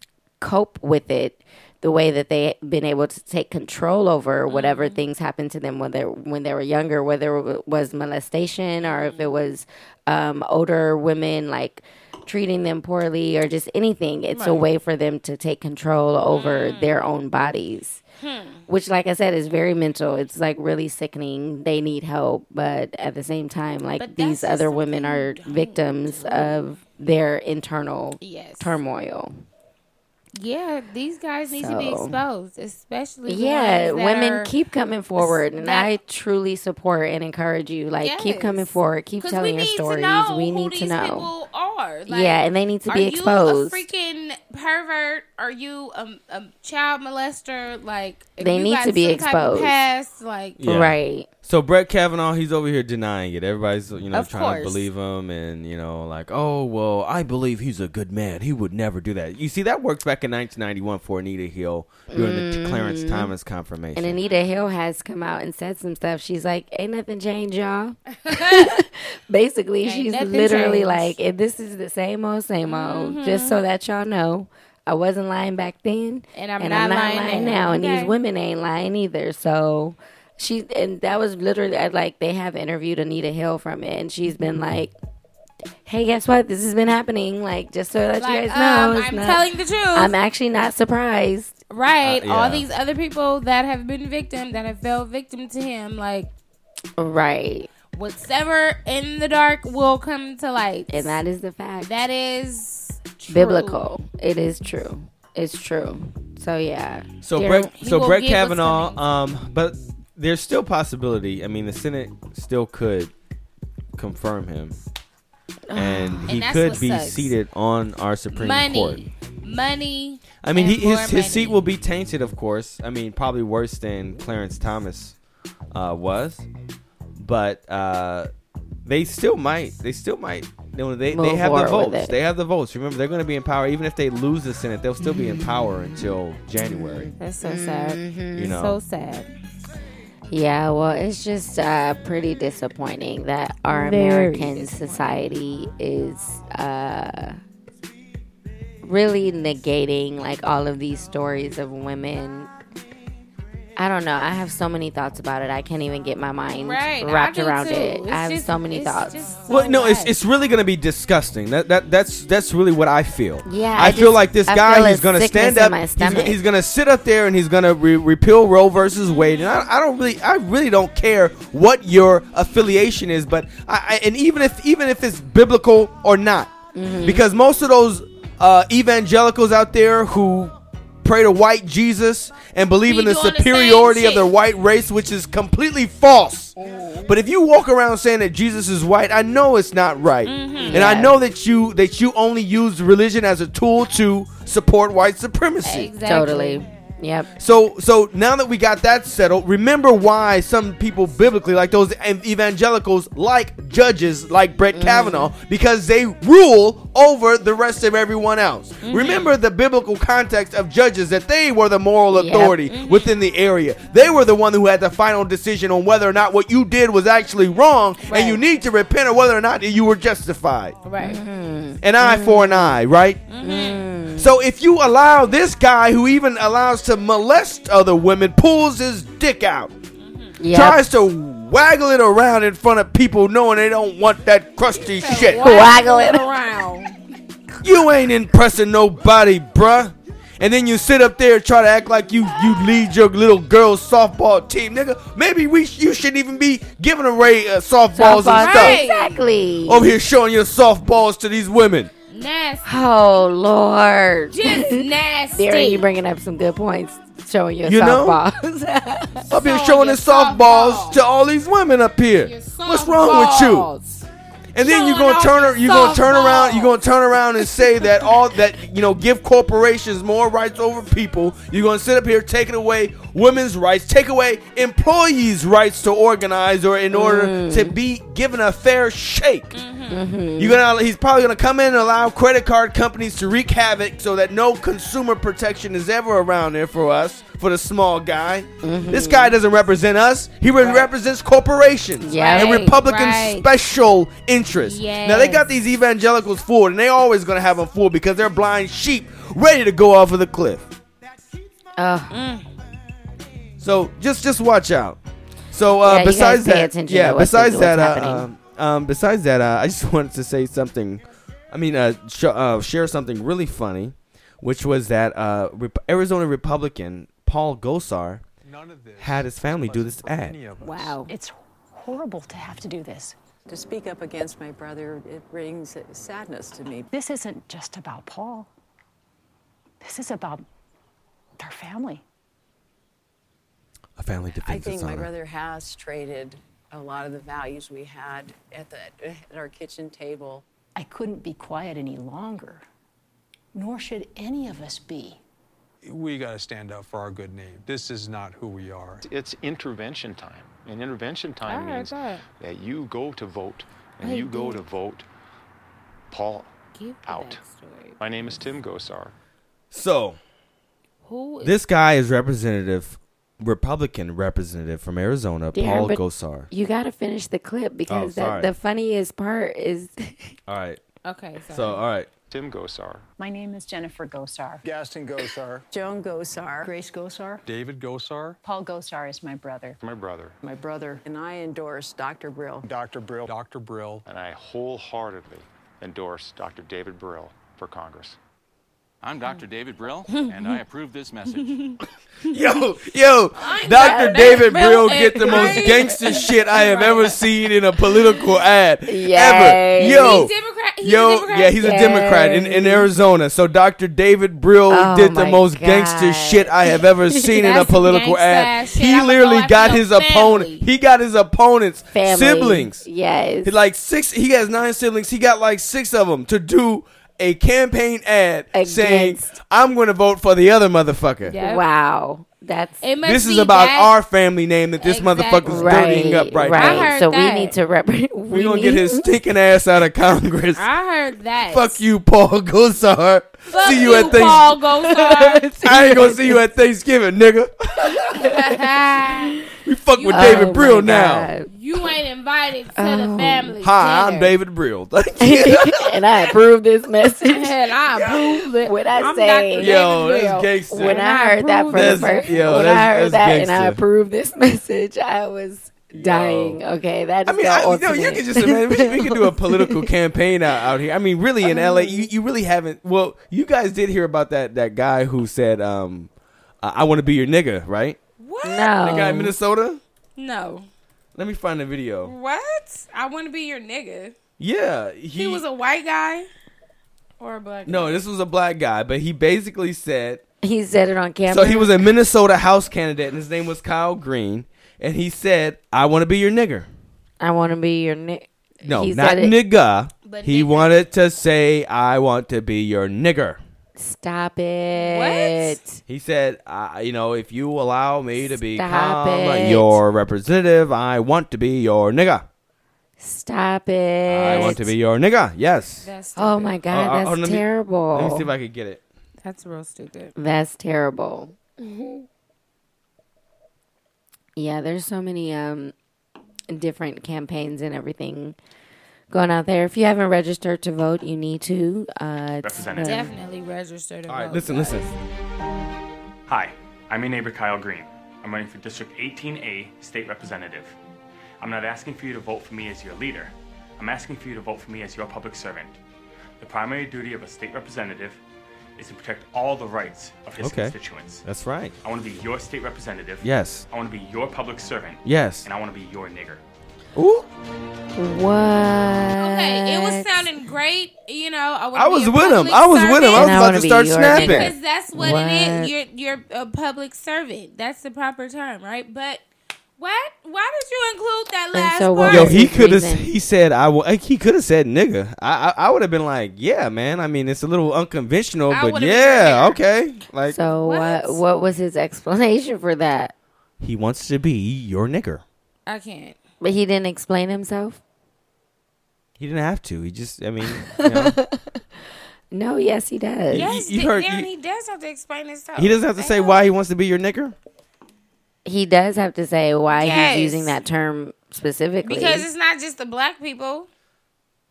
B: cope with it. The way that they've been able to take control
O: Mm-hmm.
B: over whatever things happened to them when they when they were younger, whether it was molestation or if
O: Mm-hmm.
B: it was um, older women like treating them poorly or just anything. It's a
O: Right. Mm.
B: way for them to take control over their own bodies,
O: Hmm.
B: which, like I said, is very mental. It's like really sickening. They need help, but at the same time, like these other women are victims of their internal
C: Yes.
B: turmoil.
C: yeah, these guys need to be
B: So.
C: exposed, especially the
B: Yeah,
C: ones that
B: women
C: are-
B: keep coming forward, and
C: that-
B: I truly support and encourage you. Like, keep coming forward, keep
C: 'Cause
B: telling your
C: we need to
B: stories.
C: know
B: we
C: who
B: need to
C: these
B: know.
C: people are.
B: yeah, and they need to
C: are
B: be exposed.
C: you a freaking pervert? Are you a, a child molester? Like if
B: They
C: you
B: need
C: got
B: to be
C: some type of
B: exposed.
C: Past, like
A: Yeah.
B: Right.
A: So Brett Kavanaugh, he's over here denying it. Everybody's you know
C: Of
A: trying to
C: course.
A: believe him, and you know like, oh well, I believe he's a good man. He would never do that. You see, that works back in 1991 for Anita Hill during the Clarence
C: Mm.
B: Mhm.
A: Thomas confirmation.
B: And Anita Hill has come out and said some stuff. She's like, "Ain't nothing changed, y'all."
C: <laughs>
B: <laughs> Basically,
O: Ain't
B: she's
O: nothing
B: literally
O: changed.
B: like, "If "This is the same old, same old."
C: Mm-hmm.
B: Just so that y'all know, I wasn't lying back then,
C: And I'm not lying now.
B: now. And
C: Okay.
B: these women ain't lying either. So she and that was literally I- like they have interviewed Anita Hill from it, and she's been like. Hey, guess what? This has been happening. Like, just so that you
C: Like,
B: guys know,
C: um,
B: it's
C: I'm
B: not-
C: telling the truth.
B: I'm actually not surprised.
C: Right.
B: Uh,
C: All
B: yeah.
C: these other people that have been victim, that have fell victim to him, like
B: Right.
C: whatever in the dark will come to light.
B: And that is the fact.
C: That is true.
B: biblical. It is true. It's true. So yeah.
A: So
B: There-
A: Brett, so Brett Kavanaugh, um, but there's still possibility. I mean, the Senate still could confirm him, and
C: Ah, And
A: he
C: that's
A: could
C: what
A: be
C: sucks.
A: seated on our Supreme Court.
C: money, money.
A: I mean, he,
C: and
A: his
C: more
A: his
C: money.
A: seat will be tainted, of course. I mean, probably worse than Clarence Thomas uh, was, but uh, they still might. They still might No, they,
B: move
A: they have the
B: forward with
A: votes.
B: it.
A: They have the votes. Remember, they're going to be in power. Even if they lose the Senate, they'll still be in power until January.
P: That's so sad.
C: Mm-hmm. Mm,
A: You know.
P: So sad.
B: Yeah, well, it's just uh, pretty disappointing that our
P: Very
B: American society is uh, really negating like all of these stories of women. I don't know. I have so many thoughts about it. I can't even get my mind
C: Right, I
B: wrapped
C: do
B: around
C: too.
B: it.
C: It's
B: I have
C: just-
B: so many
C: it's
B: thoughts.
A: well, no, it's, it's really going to be disgusting. That, that that's that's really what I feel.
B: Yeah,
A: I,
B: I
A: feel
B: just-
A: like this
B: I feel
A: guy.
B: a
A: He's going to
B: sickness
A: stand
B: in
A: up.
B: my
A: He's,
B: stomach.
A: he's going to sit up there and he's going to re- repeal Roe versus Wade. And I, I don't really, I really don't care what your affiliation is, but I, I and even if even if it's biblical or not,
B: Mm-hmm.
A: because most of those uh, evangelicals out there who pray to white Jesus and believe in the superiority of the white race, which is completely false. But if you walk around saying that Jesus is white, I know it's not right, and I
N: Yeah.
A: know that you that you only use religion as a tool to support white supremacy.
B: Totally. Yep.
A: So so now that we got that settled, remember why some people biblically, like those ev- evangelicals, like judges like Brett Kavanaugh, because they rule over the rest of everyone else. Remember the biblical context of judges that they were the moral authority within the area. They were the one who had the final decision on whether or not what you did was actually wrong, and you need to repent, or whether or not you were justified
P: Right.
B: Mm-hmm.
A: an eye for
B: Mm.
A: an eye, right? So if you allow this guy who even allows to molest other women, pulls his dick out,
B: Yep.
A: tries to waggle it around in front of people knowing they don't want that crusty shit.
B: Waggle it
P: around.
A: You ain't impressing nobody, bruh. And then you sit up there and try to act like you you lead your little girls softball team, nigga. Maybe we sh- you shouldn't even be giving away uh, softballs and
B: Softball-
A: stuff.
B: Exactly.
A: Over here showing your softballs to these women.
C: Nasty.
B: <laughs> Oh Lord. <laughs>
C: Just nasty.
B: There you bringing up some good points. Showing your
A: You know?
B: softballs.
C: <laughs>
A: Up here showing his softballs to all these women up here. What's wrong with you? And then you're gonna turn ar- you're gonna turn around you're gonna turn around and say that all that you know give corporations more rights over people. You're gonna sit up here taking away women's rights, take away employees' rights to organize or in order
N: Mm.
A: to be given a fair shake.
N: Mm-hmm.
A: You're gonna he's probably gonna come in and allow credit card companies to wreak havoc so that no consumer protection is ever around there for us, for the small guy.
N: Mm-hmm.
A: This guy doesn't represent us. He re- represents corporations
N: Yes.
A: and
N: Right,
A: Republican
N: right.
A: special interests. Now they got these evangelicals fooled, and they always gonna have them fooled because they're blind sheep ready to go off of the cliff.
B: Oh,
A: So just just watch out. So
N: Yeah,
A: uh,
N: you gotta
A: besides
N: pay
A: that,
N: attention
A: yeah,
N: to what's-
A: besides
N: what's
A: that, uh,
N: happening.
A: um, um, besides that, uh, I just <laughs> wanted to say something. I mean, uh, sh- uh, share something really funny, which was that uh, Rep- Arizona Republican Paul Gosar had his family do this ad.
C: Mm.
Q: Wow. It's horrible to have to do this.
R: To speak up against my brother, it brings sadness to me.
Q: This isn't just about Paul. This is about their family.
A: A family
R: I
A: defense
R: think my
A: dishonor.
R: brother has traded a lot of the values we had at, the, at our kitchen table.
Q: I couldn't be quiet any longer, nor should any of us be.
J: we got to stand up for our good name. This is not who we are.
S: It's intervention time. And intervention time
J: All right,
S: means
J: all right.
S: that you go to vote and
J: I
S: you go
J: did.
S: to vote Paul out. My name is Tim Gosar.
A: So,
C: Who
A: this guy is representative, Republican representative from Arizona,
B: Darren,
A: Paul
B: but
A: Gosar.
B: You gotta finish the clip because
A: Oh, sorry.
B: that, the funniest part is <laughs>
A: All right.
Q: Okay,
A: So, all right.
S: Tim Gosar.
Q: My name is Jennifer Gosar.
R: <coughs>
J: Gaston Gosar.
Q: Joan Gosar. Grace Gosar.
J: David Gosar.
Q: Paul Gosar is my brother.
S: My brother.
R: My brother and I endorse Dr. Brill.
J: Dr. Brill. Dr. Brill.
S: And I wholeheartedly endorse Dr. David Brill for Congress.
T: I'm Dr.
Q: Mm. <laughs>
T: David Brill, and I approve this message.
A: <laughs> Yo, yo, Dr. David Brill get the most gangster shit I have ever seen in a
R: <laughs>
A: political ad. Ever.
N: Yes.
A: Yo.
N: He's Democrat- he's a
A: Oh, yo,
N: Democrat?
A: yeah, he's a Democrat in, in Arizona. So Dr. David Brill
N: Oh
A: did the
N: my
A: most gangster shit I have
N: <laughs>
A: ever seen in a
N: That's
A: political
N: gangsta
A: ad.
N: ass shit.
A: He
N: I'ma go
A: literally
N: after
A: got
N: your
A: his opponent. He got his opponent's
N: Family.
A: siblings.
B: Yes.
A: He like six he has nine siblings. He got like six of them to do a campaign ad saying, I'm going to vote for the other motherfucker.
B: wow. That's
C: It must
A: this is
C: be
A: about
C: that-
A: our family name that this motherfucker's dirtying up right, now.
C: I heard
B: so <laughs>
C: that.
B: we need to represent.
A: We're gonna get
B: <laughs>
A: his stinking ass out of Congress.
C: I heard that.
A: Fuck you, Paul Gosar.
C: Fuck
A: see you,
C: you,
A: at Thanksgiving. <laughs>
C: Paul Gosar.
A: I ain't gonna see you at Thanksgiving, nigga. We fuck
C: Oh
A: with
B: Oh
A: David Brill now.
C: <laughs> you ain't invited to the family.
A: Hi, I'm
C: dinner.
A: David Brill. <laughs> Thank you.
B: <laughs> and I approve
C: <laughs>
B: this message. <laughs>
C: And I approve it.
B: When I
C: I'm
B: say,
C: Dr.
A: Yo,
C: David
A: that's
C: Bell.
A: gangster.
B: when I heard that for the
A: That's-
B: first,
A: yo,
B: when I
A: that's- that's
B: heard that and I
A: gangster.
B: approved this <laughs> message, I was dying. Okay, that is
A: I mean,
B: the
A: I, you, know,
B: ultimate.
A: you can just imagine, we, we can do
B: <laughs>
C: <laughs>
A: a political campaign out, out here. I mean, really in LA, you,
C: Um.
A: you really haven't. Well, you guys did hear about that that guy who said, um, "I, I want to be your nigga," right?
C: What?
A: The guy
C: Um.
A: in Minnesota.
C: No.
A: Let me find the video.
C: What? I want to be your nigga.
A: Yeah, he,
C: He, was a white guy or a black.
A: no. This was a black guy, but he basically said
B: He said it on camera.
A: So he was a Minnesota House candidate, and his name was Kyle Green, and he said, "I want to be your nigger."
B: I want to be your ni-
A: No,
B: He
A: not
B: said it-
A: nigga.
B: But
A: He wanted to say, "I want to be your nigger."
B: Stop it.
A: He said, uh, "You know, if you allow me to
B: Stop
A: become
B: it.
A: your representative, I want to be your nigga.
B: Stop it.
A: I want to be your nigga." Yes.
C: That's
B: Oh my god,
A: Uh, uh,
B: that's
A: oh, let me-
B: terrible.
A: Let me see if I can get it.
C: That's real stupid.
B: That's terrible.
C: Mm-hmm.
B: Yeah, there's so many um different campaigns and everything going out there. If you haven't registered to vote, you need to. Uh, it's
P: Representative.
B: the-
C: Mm. Definitely registered. to
P: All right,
C: vote,
P: listen,
C: guys.
P: listen. Hi, I'm your neighbor Kyle Green. I'm running for District 18A State Representative. I'm not asking for you to vote for me as your leader. I'm asking for you to vote for me as your public servant. The primary duty of a state representative is to protect all the rights of his
A: Okay.
P: constituents.
A: That's right.
P: I want to be your state representative.
A: Yes.
P: I want to be your public servant.
A: Yes.
P: And I want to be your nigger.
A: Ooh.
B: What?
C: Okay, it was sounding great. You know, I, wanna
A: I
C: be
A: was
C: a
A: with him.
C: public
A: I was with him. I
C: servant.
A: was And I about wanna to be start your snapping. nigga.
B: <laughs>
C: Because that's what, it
A: What?
C: is. You're you're a public servant. That's the proper term, right? But what? Why did you include that last
B: so
C: part?
A: Yo, he could have. He said, "I." wa- like, he could have said, "Nigga." I. I, I would have been like, "Yeah, man." I mean, it's a little unconventional, but yeah, okay. Like,
B: so what? What was his explanation for that?
A: he wants to be your nigger.
C: I can't.
B: But he didn't explain himself.
A: He didn't have to. He just. I mean, you know,
B: No, yes, he does.
C: Yes,
A: You- you
C: the-
A: heard-
C: Aaron,
A: you-
C: he does have to explain himself.
A: he doesn't have to say why he wants to be your nigger.
B: He does have to say why
C: Yes.
B: he's using that term specifically.
C: because it's not just the black people.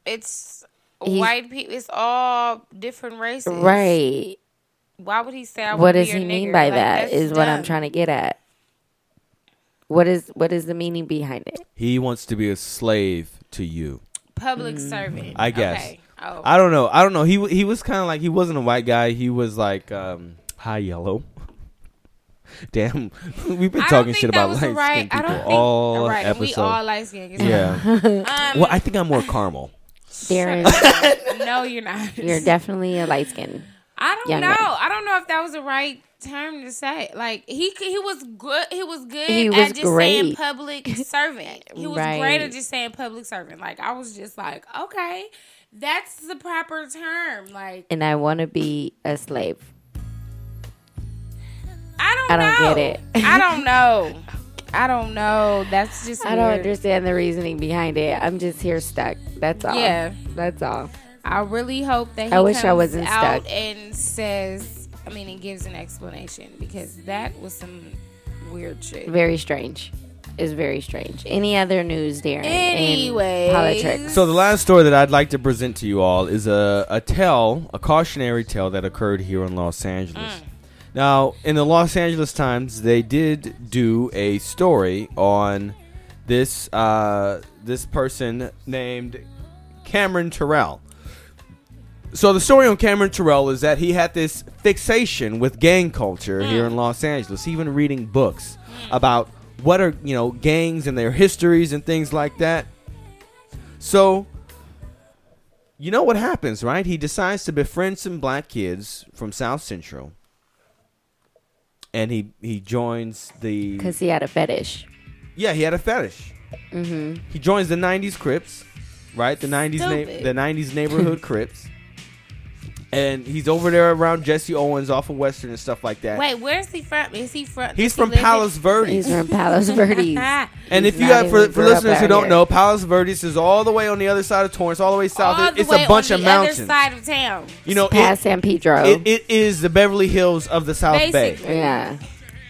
C: It's
B: He's-
C: white people. It's all different races.
B: right.
C: Why would he say? I
B: what
C: wanna
B: does
C: be
B: he
C: your
B: mean
C: nigger?
B: by
C: Like,
B: that?
C: that's
B: Is what I'm
C: dumb.
B: trying to get at. What is what is the meaning behind it?
A: He wants to be a slave to you.
C: Public
B: Mm.
C: servant.
A: I guess.
C: Okay. Oh.
A: I don't know. I don't know. He w- he was kind of like he wasn't a white guy. He was like um, high yellow. <laughs> Damn, <laughs> we've been
C: I don't
A: talking
C: think
A: shit
C: that
A: about
C: was
A: light
C: the
A: skinned
C: right- I
A: people
C: don't think-
A: all
C: right, and
A: episode.
C: we all light-skinned, it's
A: Yeah.
C: fine. Um,
A: well, I think I'm more caramel.
B: Darren,
C: no, you're not.
B: You're definitely a light skin.
C: I don't
B: young
C: know.
B: man.
C: I don't know if that was the right term to say. Like he c- he was good. He was good
B: He
C: at
B: was
C: just saying
B: great. <laughs>
C: public servant. He was great
B: Right.
C: at just saying public servant. Like I was just like, okay, that's the proper term. Like
B: and I want to be a slave.
C: I
B: I
C: don't.
B: don't
C: know.
B: get it. <laughs>
C: I don't know. I don't know. That's just.
B: I don't
C: weird.
B: understand the reasoning behind it. I'm just here stuck. That's all.
C: Yeah.
B: that's all.
C: I really hope that he
B: I wish I
C: comes
B: wasn't
C: out
B: stuck.
C: and says. I mean, he gives an explanation because that was some weird shit.
B: Very strange. It's very strange. Any other news, Darren? in
C: Anyways.
B: politics.
A: So the last story that I'd like to present to you all is a, a tale, a cautionary tale that occurred here in Los Angeles. Now, in the Los Angeles Times, they did do a story on this uh, this person named Cameron Terrell. So the story on Cameron Terrell is that he had this fixation with gang culture here in Los Angeles, even reading books about what are, you know, gangs and their histories and things like that. So, you know what happens, right? He decides to befriend some black kids from South Central, and he he joins the
B: Because he had a fetish.
A: yeah he had a fetish.
B: Mm-hmm.
A: He joins the '90s Crips, right? The '90s na-
B: Stupid.
C: <laughs>
A: the '90s neighborhood Crips, and he's over there around Jesse Owens off of Western and stuff like that.
C: Wait, where's he from? Is he from?
A: He's
C: does he
A: from
C: live in-
A: Palos Verdes.
B: <laughs>
C: <laughs>
A: and if you
B: not
A: got for,
B: even
A: for
B: grew up
A: listeners who
B: out
A: don't
B: here.
A: know, Palos Verdes is all the way on the other side of Torrance, all the way south.
C: All
A: It-
C: the
A: it's
C: way
A: a bunch
C: on
A: of
C: the other
A: mountains.
C: side of town.
A: You know,
B: past
A: it-
B: San Pedro.
A: It, it is the Beverly Hills of the South
C: Basically.
A: Bay.
B: Yeah.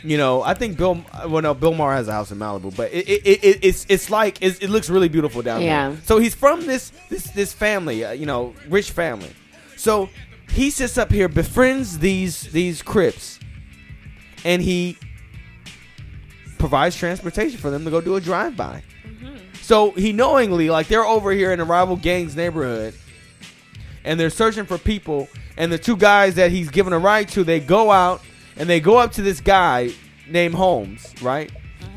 A: You know, I think Bill. Well, no, Bill Maher has a house in Malibu, but it, it, it, it it's it's like it's, it looks really beautiful down
B: Yeah.
A: there. So he's from this this this family, uh, you know, rich family. So he sits up here, befriends these these Crips, and he provides transportation for them to go do a drive by. So he knowingly, like they're over here in a rival gang's neighborhood, and they're searching for people. And the two guys that he's giving a ride to, they go out and they go up to this guy named Holmes, right?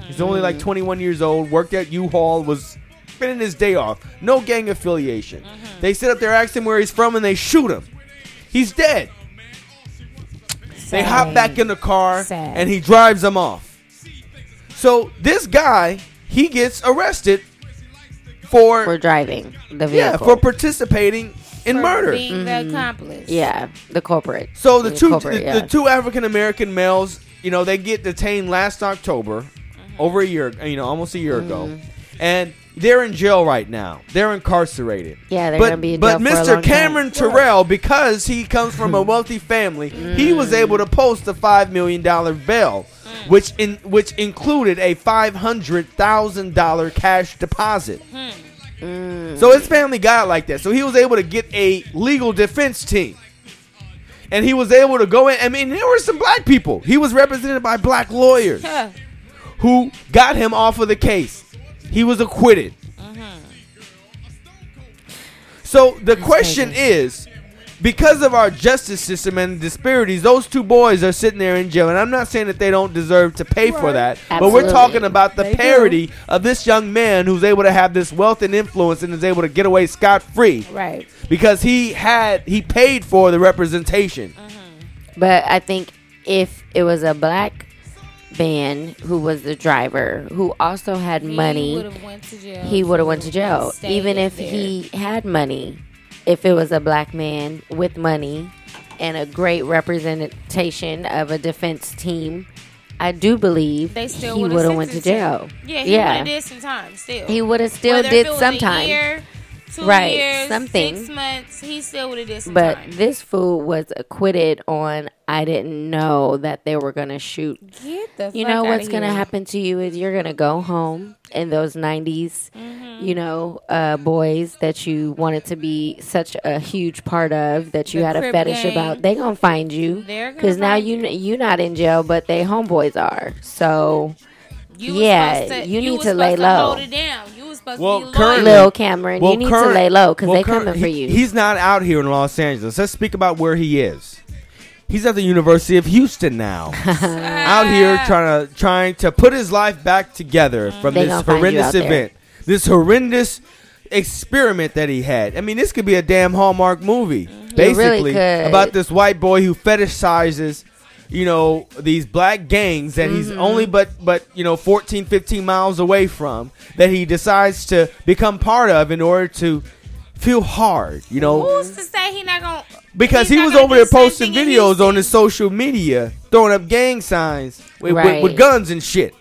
A: He's only like 21 years old, worked at U-Haul, was spending his day off, no gang affiliation. They sit up there, ask him where he's from, and they shoot him. He's dead. They hop back in the car
B: Sad.
A: and he drives them off. So this guy, he gets arrested for
B: For driving the vehicle.
A: yeah, for participating in
C: For
A: murder.
C: being the accomplice.
B: Mm-hmm. Yeah, the culprit.
A: So the two
B: culprit,
A: the,
B: yeah.
A: the two African American males, you know, they get detained last October,
C: Mm-hmm.
A: over a year, you know, almost a year ago, and they're in jail right now. They're incarcerated.
B: Yeah, they're
A: but,
B: gonna be in
A: but
B: jail for a
A: Mr.
B: long time.
A: Cameron Terrell, because he comes from a wealthy family,
B: Mm.
A: he was able to post a five million dollar bail, which in which included a five hundred thousand dollar cash deposit.
B: Hmm.
A: Mm. So his family got like that. So he was able to get a legal defense team. And he was able to go in. I mean, there were some black people. He was represented by black lawyers
C: Huh.
A: who got him off of the case. He was acquitted. So the question is because of our justice system and disparities, those two boys are sitting there in jail. And I'm not saying that they don't deserve to pay for that, but we're
B: Absolutely.
A: talking about the
B: They do.
A: parody of this young man who's able to have this wealth and influence and is able to get away scot free
B: Right.
A: because he had he paid for the representation.
B: But I think if it was a black man who was the driver who also had money,
C: would've went to jail.
B: He would have went to jail,
C: Stayed
B: even if he had money. If it was a black man with money and a great representation of a defense team, I do believe
C: They still
B: he
C: would've
B: would have went to
C: sentenced
B: jail.
C: him. Yeah, he would have did some time still.
B: He would've still
C: Whether
B: did
C: if it was
B: some
C: a
B: time.
C: year, two
B: Right,
C: years,
B: something.
C: Six months. He still would have did some
B: But
C: time.
B: this fool was acquitted on I didn't know that they were gonna shoot.
C: Get the
B: you
C: fuck
B: know
C: outta
B: what's gonna
C: here.
B: happen to you is you're gonna go home and those 90s
C: Mm-hmm.
B: you know, uh, boys that you wanted to be such a huge part of that you
C: The
B: had a
C: Crip
B: fetish
C: gang.
B: about. They gonna find you
C: They're gonna
B: because now
C: find
B: you kn- you not in jail, but they homeboys are. So
C: You was
B: yeah,
C: supposed to,
B: you need
C: was
B: to lay
C: supposed
B: low.
C: Hold it down. You was supposed to be
B: Lil Cameron, you need to
A: current-
B: lay low because
A: well,
B: they
A: current-
B: coming for
A: he-
B: you.
A: He's not out here in Los Angeles. Let's speak about where he is. He's at the University of Houston
B: <laughs>
A: now, out here trying to trying to put his life back together from
B: Mm-hmm. They
A: this
B: gonna find you
A: horrendous
B: out there.
A: event, this horrendous experiment that he had. I mean, this could be a damn Hallmark movie,
B: really
A: basically
B: could.
A: about this white boy who fetishizes. You know these black gangs that he's
B: Mm-hmm.
A: only but but you know 14 15 miles away from that he decides to become part of in order to feel hard you know
C: Who's to say he not gonna?
A: because he was over there posting videos on his social media, throwing up gang signs with,
B: Right.
A: with, with guns and shit.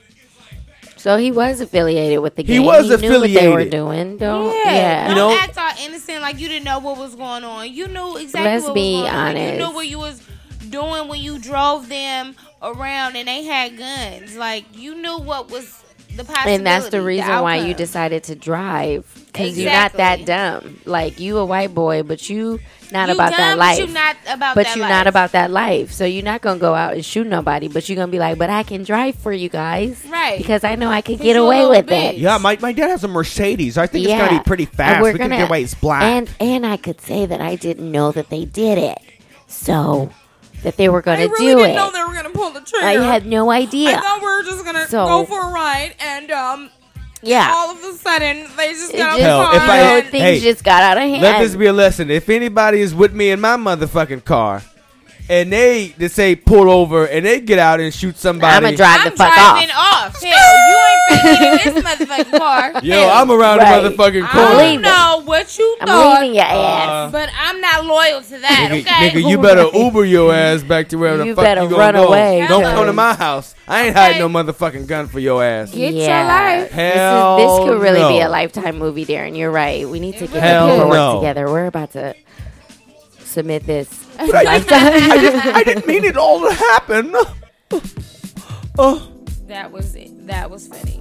B: So he was affiliated with the
A: He
B: gang.
A: was
B: Knew what
A: affiliated.
B: they were doing. Don't
C: Yeah,
B: yeah.
C: don't act all innocent like you didn't know what was going on. You knew exactly.
B: Let's
C: what
B: be
C: was going On. You
B: honest.
C: knew what you was doing when you drove them around and they had guns. Like you knew what was the possibility.
B: and that's the reason why you
C: outcome.
B: decided to drive because you're not that
C: Exactly.
B: dumb. Like you a white boy, but you not
C: You
B: about
C: dumb,
B: that
C: but
B: life.
C: you not about
B: But
C: that
B: you
C: life.
B: not about that life. So you're not gonna go out and shoot nobody. But you're gonna be like, but I can drive for you guys,
C: Right.
B: Because I know I can
C: 'Cause
B: get
C: you a
B: away
C: little
B: with
C: bitch.
B: it.
A: Yeah, my, my dad has a Mercedes. I think it's gonna be pretty
B: And
A: fast.
B: we're
A: We can
B: gonna-
A: get away. It's black.
B: And and I could say that I didn't know that they did it. So that they were gonna
U: I really
B: do
U: didn't
B: it.
U: know they were gonna pull the trigger.
B: I had no idea.
U: I thought we were just gonna
B: So-
U: go for a ride, and um,
B: Yeah.
U: all of a sudden they just
B: It
U: got
B: just-
U: out
A: Hell,
U: the
A: if
U: car.
A: I had-
B: things
A: hey,
B: just got out of hand.
A: Let this be a lesson. If anybody is with me in my motherfucking car,
N: and they they say pull over and they get out and shoot somebody.
B: I'ma drive the fuck
C: Driving off. Hell, you ain't finna get in this
U: <laughs>
C: motherfucking car.
N: Yo,
C: Hell.
N: I'm around
C: Right.
N: the motherfucking
C: I
N: corner.
C: don't know what you
B: I'm
C: thought.
B: leaving your
A: Uh,
B: ass.
C: But I'm not loyal to that,
N: Nigga,
C: okay?
N: nigga, you better Uber your ass back to wherever
B: You
N: the fuck
B: better
N: you gonna
B: run
N: go.
B: away,
N: Don't
B: cuz-
N: come to my house. I ain't hiding no motherfucking gun for your ass.
B: Get your Yeah. life.
N: Hell
B: this, is, this could really
N: no.
B: be a lifetime movie, Darren. You're right. We need to get
N: Hell
B: the paperwork
N: no.
B: together. We're about to submit this.
N: But I, I,
B: lifetime.
N: didn't, I didn't mean it all to happen. <laughs> Oh.
C: That was it. That was funny.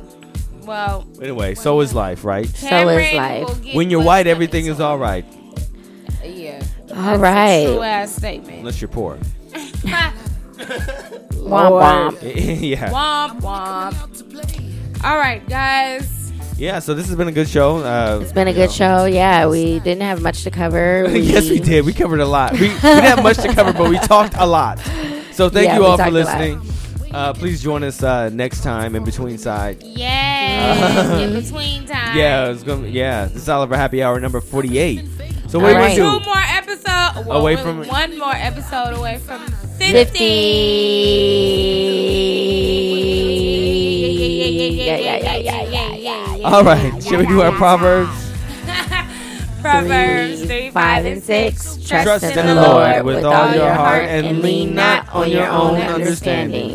C: Well,
A: Anyway, so is life, right?
C: So is life. will get
A: When you're
C: what's
A: white, everything is all right,
C: yeah.
B: All right.
C: True ass statement.
A: unless
N: <laughs>
A: you're poor.
B: Womp
A: yeah.
C: <laughs> Womp womp. All right, guys.
A: Yeah, so this has been a good show. Uh,
B: It's been a good show. Yeah, we didn't have much to cover.
A: <laughs> yes, we did. We covered a lot.
B: <laughs>
A: We, we didn't have much to cover, but we talked a lot. So thank
B: Yeah,
A: you
B: we
A: all for
B: talked a lot.
A: listening. Uh, please join us uh, next time in between side.
C: Yay. In between time.
A: Uh, Yeah, it's gonna. Yeah, this is Oliver Happy Hour number forty-eight. So what are you
C: Two
A: gonna do?
C: more episodes.
A: Away from-
C: one more episode away from 50.
B: 50. Yeah, yeah, yeah, yeah, yeah, yeah.
A: All right, should we do our proverbs?
C: Proverbs 3, 5, and 6. Trust, in the Lord with all your heart and lean not on your own understanding.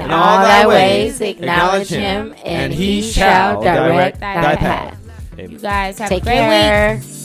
A: In
B: all thy ways, acknowledge him, and he shall direct thy path.
A: Amen.
C: You guys have
B: Take
C: a great
B: care.
C: week.